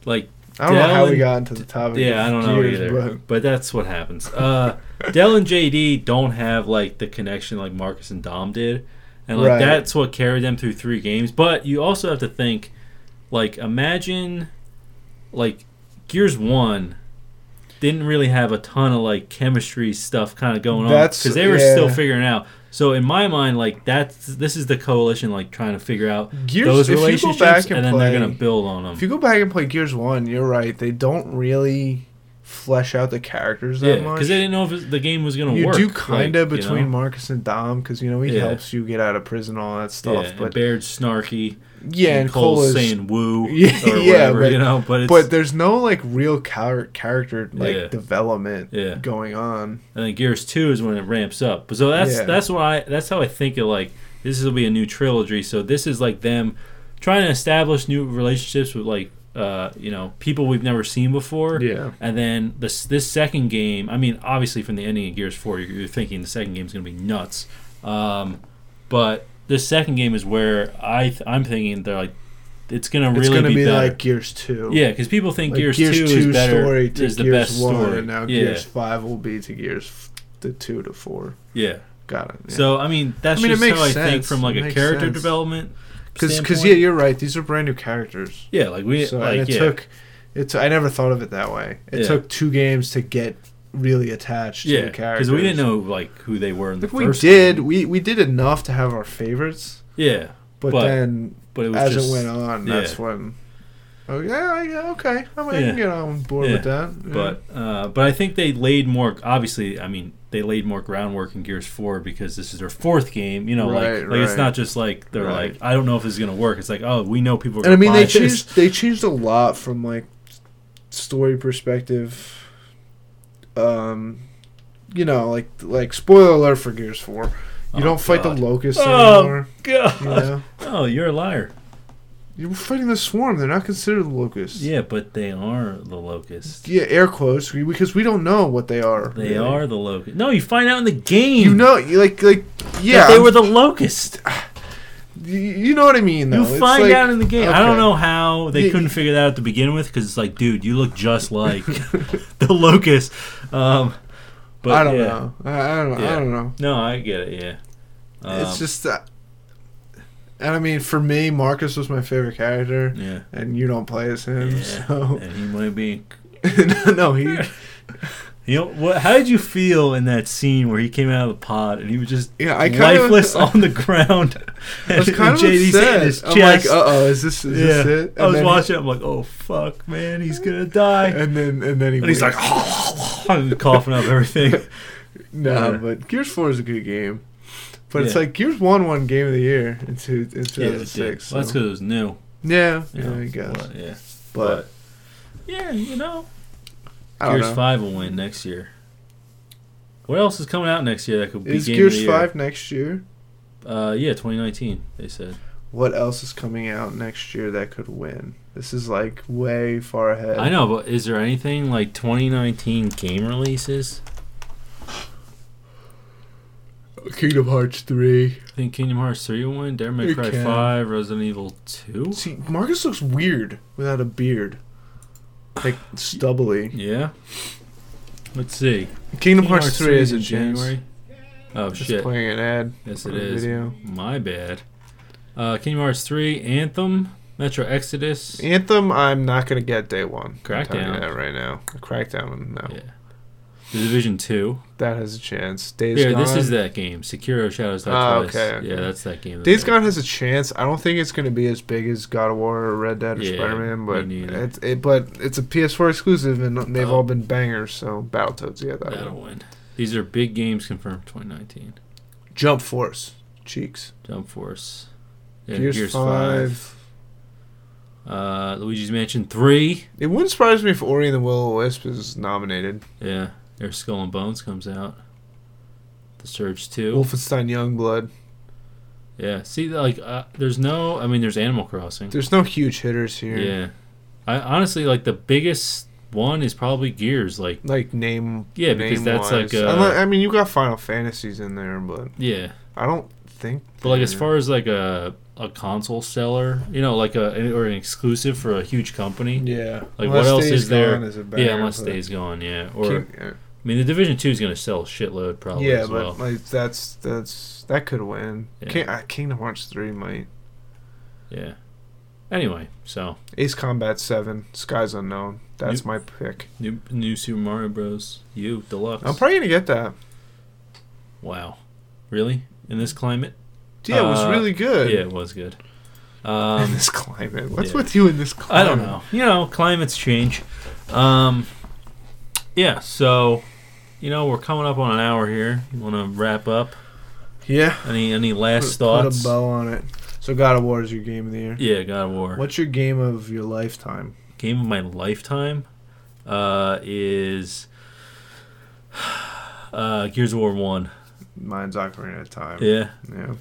Speaker 1: like
Speaker 2: I don't know
Speaker 1: Dell
Speaker 2: how we
Speaker 1: and-
Speaker 2: got into the topic.
Speaker 1: yeah, I
Speaker 2: of
Speaker 1: don't know
Speaker 2: Oh, Gears,
Speaker 1: either, but, that's what happens. Uh, Dell and JD don't have like the connection like Marcus and Dom did, and like
Speaker 2: Right.
Speaker 1: that's what carried them through three games. But you also have to think, like, imagine, like, Gears One didn't really have a ton of like chemistry stuff kind of going on
Speaker 2: That's-
Speaker 1: because they were
Speaker 2: yeah.
Speaker 1: still figuring out. So in my mind, like that's this is the coalition like trying to figure out
Speaker 2: but Gears.
Speaker 1: those
Speaker 2: if you
Speaker 1: relationships,
Speaker 2: go back and,
Speaker 1: and, then
Speaker 2: play,
Speaker 1: they're gonna build on them.
Speaker 2: if you go back and play Gears one, you're right. They don't really flesh out the characters that much.
Speaker 1: because they didn't know if the game was gonna
Speaker 2: you
Speaker 1: work.
Speaker 2: do kind of
Speaker 1: like,
Speaker 2: between
Speaker 1: you know?
Speaker 2: Marcus and Dom because you know he
Speaker 1: Yeah.
Speaker 2: helps you get out of prison, all that stuff.
Speaker 1: yeah, and
Speaker 2: but
Speaker 1: Baird's snarky.
Speaker 2: yeah, and Cole, is,
Speaker 1: saying woo
Speaker 2: Yeah,
Speaker 1: or
Speaker 2: yeah,
Speaker 1: whatever,
Speaker 2: but-
Speaker 1: you know. But it's,
Speaker 2: but there's no like real char- character like
Speaker 1: Yeah.
Speaker 2: development
Speaker 1: Yeah.
Speaker 2: going on.
Speaker 1: and then Gears Two is when it ramps up. But so that's
Speaker 2: Yeah.
Speaker 1: that's why that's how I think of like this will be a new trilogy. So this is like them trying to establish new relationships with like uh, you know people we've never seen before.
Speaker 2: Yeah,
Speaker 1: And then this this second game, I mean, obviously from the ending of Gears Four, you're, you're thinking the second game's going to be nuts. Um, but this second game is where I th- I'm thinking they're like, it's going to really
Speaker 2: it's gonna
Speaker 1: be,
Speaker 2: be,
Speaker 1: better.
Speaker 2: like Gears two.
Speaker 1: yeah, because people think
Speaker 2: like
Speaker 1: Gears, Two is better. is the best story.
Speaker 2: and now
Speaker 1: yeah,
Speaker 2: Gears five will be to Gears f- the two to four.
Speaker 1: yeah.
Speaker 2: Got it. yeah.
Speaker 1: So I mean, that's
Speaker 2: I mean, it
Speaker 1: just
Speaker 2: makes
Speaker 1: how I think
Speaker 2: sense.
Speaker 1: from like
Speaker 2: It
Speaker 1: a
Speaker 2: makes
Speaker 1: character
Speaker 2: sense.
Speaker 1: development.
Speaker 2: Because,
Speaker 1: standpoint.
Speaker 2: yeah, you're right. These are brand new characters.
Speaker 1: yeah, like we
Speaker 2: so
Speaker 1: like
Speaker 2: and it
Speaker 1: yeah.
Speaker 2: took It's I never thought of it that way. It
Speaker 1: Yeah.
Speaker 2: took two games to get really attached to
Speaker 1: yeah,
Speaker 2: the
Speaker 1: because
Speaker 2: characters.
Speaker 1: we didn't know like who they were in the
Speaker 2: If we
Speaker 1: first.
Speaker 2: did,
Speaker 1: game.
Speaker 2: we we did enough to have our favorites,
Speaker 1: yeah,
Speaker 2: but,
Speaker 1: But
Speaker 2: then
Speaker 1: but it was
Speaker 2: as
Speaker 1: just
Speaker 2: it went on,
Speaker 1: yeah.
Speaker 2: that's when. Oh yeah, I- yeah, okay. I, mean, I
Speaker 1: Yeah.
Speaker 2: can get on board with that. Yeah.
Speaker 1: But uh, but I think they laid more. Obviously, I mean they laid more groundwork in Gears Four because this is their fourth game. You know,
Speaker 2: Right,
Speaker 1: like, like it's
Speaker 2: right.
Speaker 1: not just like they're
Speaker 2: Right.
Speaker 1: like I don't know if this is gonna work. It's like oh we know people. Are
Speaker 2: and I mean,
Speaker 1: buy
Speaker 2: they
Speaker 1: this.
Speaker 2: changed they changed a lot from like story perspective. Um, you know, like like spoiler alert for Gears Four, you
Speaker 1: Oh,
Speaker 2: don't fight
Speaker 1: God.
Speaker 2: the locusts
Speaker 1: Oh.
Speaker 2: anymore.
Speaker 1: God.
Speaker 2: You know?
Speaker 1: Oh, you're a liar.
Speaker 2: You're fighting the swarm. They're not considered locusts.
Speaker 1: Yeah, but they are the locusts.
Speaker 2: Yeah, air quotes we- because we don't know what they are.
Speaker 1: They
Speaker 2: really.
Speaker 1: are the locust. No, you find out in the game.
Speaker 2: You know, you like like yeah.
Speaker 1: that they were the locust.
Speaker 2: you, you know what I mean. Though
Speaker 1: You
Speaker 2: It's
Speaker 1: find
Speaker 2: like-
Speaker 1: out in the game. I
Speaker 2: okay.
Speaker 1: don't know how they
Speaker 2: Yeah.
Speaker 1: couldn't figure that out to begin with because it's like, dude, you look just like the locust. Um, but
Speaker 2: I don't
Speaker 1: yeah.
Speaker 2: know. I, I don't.
Speaker 1: Yeah.
Speaker 2: I don't know.
Speaker 1: No, I get it. Yeah. Um,
Speaker 2: it's just that. And I mean, for me, Marcus was my favorite character,
Speaker 1: yeah.
Speaker 2: and you don't play as him,
Speaker 1: yeah.
Speaker 2: so
Speaker 1: And he might be.
Speaker 2: no, he
Speaker 1: You know what? How did you feel in that scene where he came out of the pod and he was just
Speaker 2: yeah, I kind
Speaker 1: lifeless
Speaker 2: of.
Speaker 1: on the ground?
Speaker 2: I was
Speaker 1: and-
Speaker 2: kind
Speaker 1: and
Speaker 2: of
Speaker 1: JD's hitting
Speaker 2: upset.
Speaker 1: his
Speaker 2: I'm like,
Speaker 1: chest.
Speaker 2: uh oh, is this is this
Speaker 1: yeah.
Speaker 2: it? And
Speaker 1: I was
Speaker 2: then he-
Speaker 1: watching. it, I'm like, oh fuck, man, he's gonna die.
Speaker 2: and then and then he
Speaker 1: And he's like, "Oh."
Speaker 2: wins.
Speaker 1: coughing up everything.
Speaker 2: no,
Speaker 1: Yeah.
Speaker 2: but Gears Four is a good game, but it's
Speaker 1: Yeah.
Speaker 2: like Gears One won Game of the Year in two in
Speaker 1: Yeah,
Speaker 2: two
Speaker 1: it
Speaker 2: thousand
Speaker 1: did.
Speaker 2: six.
Speaker 1: Well, that's because it was new.
Speaker 2: Yeah,
Speaker 1: you
Speaker 2: yeah,
Speaker 1: know,
Speaker 2: I guess.
Speaker 1: but, yeah,
Speaker 2: But,
Speaker 1: yeah, you know,
Speaker 2: I don't
Speaker 1: Gears
Speaker 2: know.
Speaker 1: Five will win next year. What else is coming out next year that could be
Speaker 2: Is
Speaker 1: game of the
Speaker 2: Gears
Speaker 1: year?
Speaker 2: Five next year?
Speaker 1: Uh, yeah, 2019. They said.
Speaker 2: What else is coming out next year that could win? This is like way far ahead.
Speaker 1: I know, but is there anything like 2019 game releases?
Speaker 2: Kingdom Hearts three.
Speaker 1: I think Kingdom Hearts 3 will win. Devil May
Speaker 2: It
Speaker 1: Cry
Speaker 2: can.
Speaker 1: 5, Resident Evil 2.
Speaker 2: See, Marcus looks weird without a beard, like stubbly.
Speaker 1: Yeah. Let's see.
Speaker 2: Kingdom Hearts three is
Speaker 1: in
Speaker 2: in January.
Speaker 1: Oh
Speaker 2: Just
Speaker 1: shit!
Speaker 2: playing an ad.
Speaker 1: Yes,
Speaker 2: for
Speaker 1: it
Speaker 2: the
Speaker 1: is.
Speaker 2: video.
Speaker 1: My bad. Uh, Kingdom Hearts three, Anthem, Metro Exodus.
Speaker 2: Anthem, I'm not gonna get day one. I'm telling you
Speaker 1: Crackdown.
Speaker 2: that right now. Crackdown, no,
Speaker 1: Yeah. The Division two.
Speaker 2: that has a chance. Days
Speaker 1: Here,
Speaker 2: gone.
Speaker 1: this is that game. Sekiro Shadows Die
Speaker 2: Ah,
Speaker 1: Twice.
Speaker 2: okay, okay.
Speaker 1: Yeah, that's that game. that
Speaker 2: Days
Speaker 1: they-
Speaker 2: Gone has a chance. I don't think it's going to be as big as God of War or Red Dead or
Speaker 1: Yeah,
Speaker 2: Spider
Speaker 1: me
Speaker 2: Man, but
Speaker 1: neither.
Speaker 2: it's it, but it's a PS4 exclusive, and they've
Speaker 1: Oh.
Speaker 2: all been bangers. So Battletoads, yeah, that
Speaker 1: That'll
Speaker 2: one.
Speaker 1: win. These are big games confirmed 2019.
Speaker 2: Jump Force, cheeks,
Speaker 1: Jump Force. Yeah,
Speaker 2: Gears, Five.
Speaker 1: Uh, Luigi's Mansion three.
Speaker 2: It wouldn't surprise me if Ori and the Will O Wisp is nominated.
Speaker 1: Yeah. Their Skull and Bones comes out. The Surge two.
Speaker 2: Wolfenstein Youngblood.
Speaker 1: Yeah. See, like, uh, there's no. I mean, there's Animal Crossing.
Speaker 2: There's no huge hitters here.
Speaker 1: Yeah. I honestly like the biggest one is probably Gears. Like,
Speaker 2: Like name.
Speaker 1: Yeah, because that's like,
Speaker 2: name-wise.
Speaker 1: uh,
Speaker 2: Unless- I mean, you got Final Fantasies in there, but
Speaker 1: yeah.
Speaker 2: I don't think.
Speaker 1: But like as
Speaker 2: they're-
Speaker 1: far as like a a console seller, you know, like a or an exclusive for a huge company.
Speaker 2: Yeah.
Speaker 1: Like, what else
Speaker 2: Days
Speaker 1: is there?
Speaker 2: Gone a
Speaker 1: Yeah,
Speaker 2: banger,
Speaker 1: unless
Speaker 2: but- uh,
Speaker 1: Day's gone. Yeah. Or
Speaker 2: Keep-
Speaker 1: I mean, the Division Two is gonna sell a shitload probably
Speaker 2: yeah,
Speaker 1: as
Speaker 2: but
Speaker 1: well.
Speaker 2: like that's that's that could win.
Speaker 1: Yeah.
Speaker 2: King, uh, Kingdom Hearts three might.
Speaker 1: yeah. Anyway, so
Speaker 2: Ace Combat seven, Skies Unknown. That's my pick.
Speaker 1: new new Super Mario Bros. U deluxe.
Speaker 2: I'm probably gonna get that.
Speaker 1: wow. Really? In this climate?
Speaker 2: Yeah, it was
Speaker 1: Uh,
Speaker 2: really good.
Speaker 1: Yeah, it was good.
Speaker 2: in
Speaker 1: Um,
Speaker 2: this climate, what's
Speaker 1: yeah.
Speaker 2: with you in this
Speaker 1: I
Speaker 2: climate?
Speaker 1: don't know. You know, climates change. Um, yeah, so you know we're coming up on an hour here. You want to wrap up?
Speaker 2: Yeah,
Speaker 1: Any any last
Speaker 2: put, put
Speaker 1: thoughts?
Speaker 2: a bow on it. So God of War is your game of the year.
Speaker 1: yeah, God of War.
Speaker 2: What's your game of your lifetime?
Speaker 1: Game of my lifetime uh, is uh, Gears of War One.
Speaker 2: Mine's Ocarina of Time.
Speaker 1: Yeah,
Speaker 2: Yeah,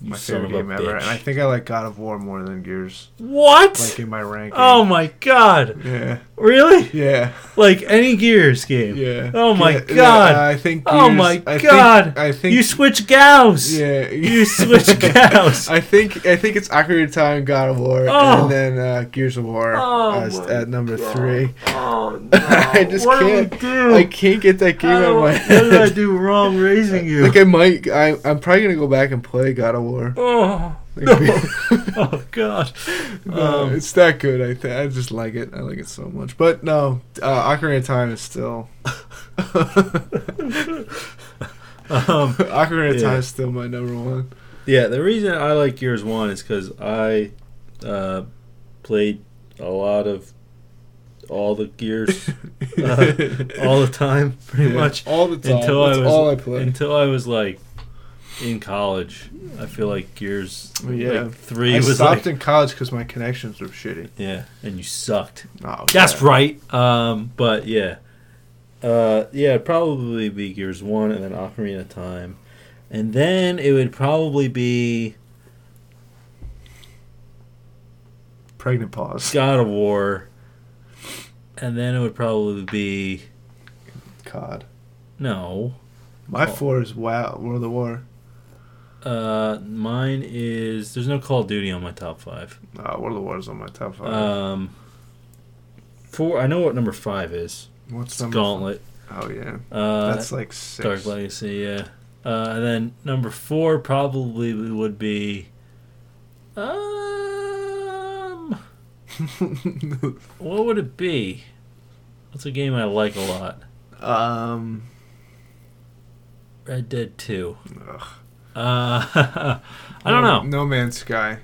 Speaker 1: you
Speaker 2: my
Speaker 1: son of
Speaker 2: favorite
Speaker 1: a
Speaker 2: game ever,
Speaker 1: bitch.
Speaker 2: and I think I like God of War more than Gears.
Speaker 1: what?
Speaker 2: Like in my ranking.
Speaker 1: oh my god!
Speaker 2: Yeah,
Speaker 1: Really?
Speaker 2: yeah.
Speaker 1: Like any Gears game?
Speaker 2: Yeah.
Speaker 1: Oh my
Speaker 2: Yeah,
Speaker 1: God.
Speaker 2: uh, I think.
Speaker 1: Oh my
Speaker 2: I think-
Speaker 1: God.
Speaker 2: I think.
Speaker 1: you switch gals.
Speaker 2: yeah.
Speaker 1: You switch cows.
Speaker 2: I think. I think it's Ocarina of Time, God of War,
Speaker 1: Oh.
Speaker 2: and then uh, Gears of War
Speaker 1: Oh
Speaker 2: as,
Speaker 1: my
Speaker 2: at number three.
Speaker 1: Oh no!
Speaker 2: I just
Speaker 1: what
Speaker 2: can't.
Speaker 1: Do we do?
Speaker 2: I can't get that game
Speaker 1: How
Speaker 2: out
Speaker 1: do
Speaker 2: of my
Speaker 1: I- What did I
Speaker 2: head.
Speaker 1: do wrong raising you?
Speaker 2: Like I might. I, I'm probably gonna go back and play God of War.
Speaker 1: oh,
Speaker 2: Like,
Speaker 1: oh god.
Speaker 2: no,
Speaker 1: Um,
Speaker 2: it's that good. I think I just like it. I like it so much. But no, uh, Ocarina of Time is still
Speaker 1: um,
Speaker 2: Ocarina of
Speaker 1: Yeah.
Speaker 2: Time is still my number one.
Speaker 1: yeah, the reason I like Gears One is because I uh, played a lot of all the Gears Uh, all the time, pretty
Speaker 2: Yeah,
Speaker 1: much.
Speaker 2: all the time.
Speaker 1: until I
Speaker 2: That's
Speaker 1: was-
Speaker 2: all I play.
Speaker 1: Until I was like in college, I feel like Gears
Speaker 2: Oh, yeah.
Speaker 1: like, Three
Speaker 2: I
Speaker 1: was like
Speaker 2: stopped in college because my connections were shitty.
Speaker 1: yeah, and you sucked.
Speaker 2: Oh,
Speaker 1: That's
Speaker 2: yeah.
Speaker 1: right. Um, but yeah, uh, yeah, it'd probably be Gears One and then Ocarina of Time, and then it would probably be
Speaker 2: Pregnant pause.
Speaker 1: God of War, and then it would probably be
Speaker 2: COD.
Speaker 1: no.
Speaker 2: My
Speaker 1: Oh.
Speaker 2: four is Wow World of War.
Speaker 1: Uh, mine is there's no Call of Duty on my top five.
Speaker 2: Uh, World of War is on my top five.
Speaker 1: Um, four. I know what number five is.
Speaker 2: What's
Speaker 1: It's
Speaker 2: number?
Speaker 1: Gauntlet.
Speaker 2: Oh yeah,
Speaker 1: Uh,
Speaker 2: that's like six.
Speaker 1: Dark Legacy, yeah. Uh, and then number four probably would be. Um, what would it be? What's a game I like a lot?
Speaker 2: um,
Speaker 1: Red Dead Two.
Speaker 2: ugh.
Speaker 1: Uh, I don't
Speaker 2: No-
Speaker 1: know.
Speaker 2: No Man's Sky,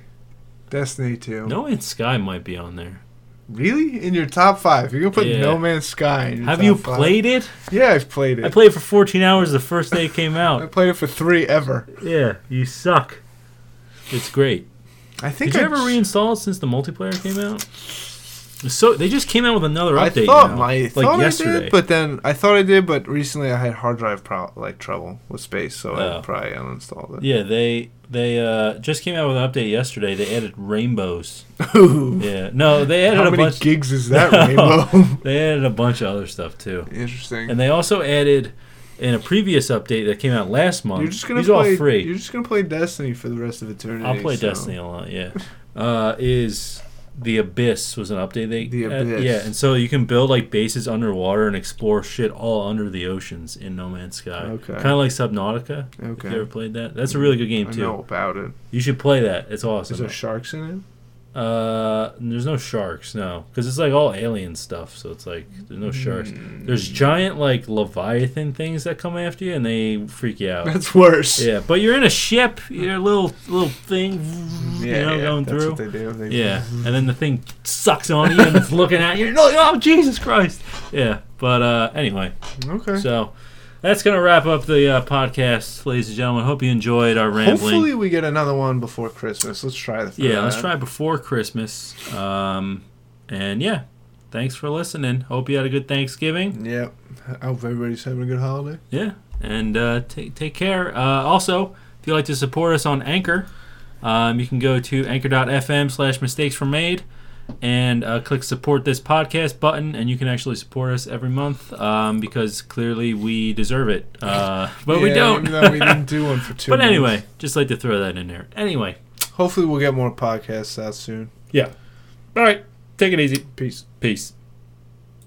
Speaker 2: Destiny Two.
Speaker 1: No Man's Sky might be on there.
Speaker 2: Really? In your top five? You're gonna put
Speaker 1: Yeah.
Speaker 2: No Man's Sky? In your
Speaker 1: Have
Speaker 2: top
Speaker 1: you
Speaker 2: five?
Speaker 1: played it?
Speaker 2: Yeah, I've played it.
Speaker 1: I played it for 14 hours the first day it came
Speaker 2: I
Speaker 1: out.
Speaker 2: played it for three ever.
Speaker 1: Yeah, you suck. It's great.
Speaker 2: I think
Speaker 1: Did you
Speaker 2: I
Speaker 1: ever
Speaker 2: j-
Speaker 1: reinstall it since the multiplayer came out? So they just came out with another
Speaker 2: I
Speaker 1: update.
Speaker 2: thought
Speaker 1: now,
Speaker 2: my I
Speaker 1: like
Speaker 2: thought
Speaker 1: yesterday.
Speaker 2: I did, but then I thought I did, but recently I had hard drive pro- like trouble with space, so
Speaker 1: Oh.
Speaker 2: I probably uninstalled it.
Speaker 1: Yeah, they they uh, just came out with an update yesterday. They added rainbows.
Speaker 2: Ooh.
Speaker 1: Yeah, no, they added
Speaker 2: How
Speaker 1: a
Speaker 2: many
Speaker 1: bunch.
Speaker 2: gigs is that
Speaker 1: No.
Speaker 2: rainbow?
Speaker 1: they added a bunch of other stuff too,
Speaker 2: Interesting.
Speaker 1: and they also added in a previous update that came out last month.
Speaker 2: you're just gonna
Speaker 1: these are
Speaker 2: play.
Speaker 1: all free.
Speaker 2: You're just gonna play Destiny for the rest of eternity.
Speaker 1: I'll play
Speaker 2: so-
Speaker 1: Destiny a lot. Yeah, uh, is the Abyss was an update they
Speaker 2: The
Speaker 1: uh,
Speaker 2: Abyss.
Speaker 1: yeah, and so you can build like bases underwater and explore shit all under the oceans in No Man's Sky.
Speaker 2: Okay.
Speaker 1: kind of like Subnautica. If you
Speaker 2: Okay.
Speaker 1: ever played that, that's a really good game
Speaker 2: I
Speaker 1: too.
Speaker 2: know about it.
Speaker 1: You should play that. It's
Speaker 2: Is
Speaker 1: awesome.
Speaker 2: there sharks in it?
Speaker 1: Uh, there's no sharks, no, because it's like all alien stuff. So it's like there's no sharks.
Speaker 2: Hmm.
Speaker 1: There's giant like leviathan things that come after you and they freak you out.
Speaker 2: That's worse.
Speaker 1: yeah, but you're in a ship. You're a little little thing, you know, going
Speaker 2: that's
Speaker 1: through.
Speaker 2: what they do. They
Speaker 1: Yeah, and then the thing sucks on you and it's looking at you. No, oh Jesus Christ! Yeah, but uh, anyway,
Speaker 2: Okay.
Speaker 1: so that's gonna wrap up the uh, podcast, ladies and gentlemen. Hope you enjoyed our rambling.
Speaker 2: Hopefully we get another one before Christmas. Let's try that.
Speaker 1: yeah, let's try before Christmas. Um, and yeah, thanks for listening. Hope you had a good Thanksgiving.
Speaker 2: Yeah. I hope everybody's having a good holiday.
Speaker 1: Yeah, and uh, take take care. Uh, also, if you'd like to support us on Anchor, um, you can go to anchor.fm slash mistakes were made and uh, click support this podcast button, and you can actually support us every month um, because clearly we deserve it. Uh, but we
Speaker 2: Yeah,
Speaker 1: don't.
Speaker 2: even though we didn't do one for two.
Speaker 1: but
Speaker 2: months.
Speaker 1: anyway, just like to throw that in there. Anyway,
Speaker 2: hopefully we'll get more podcasts out soon.
Speaker 1: all right, take it easy.
Speaker 2: Peace.
Speaker 1: Peace.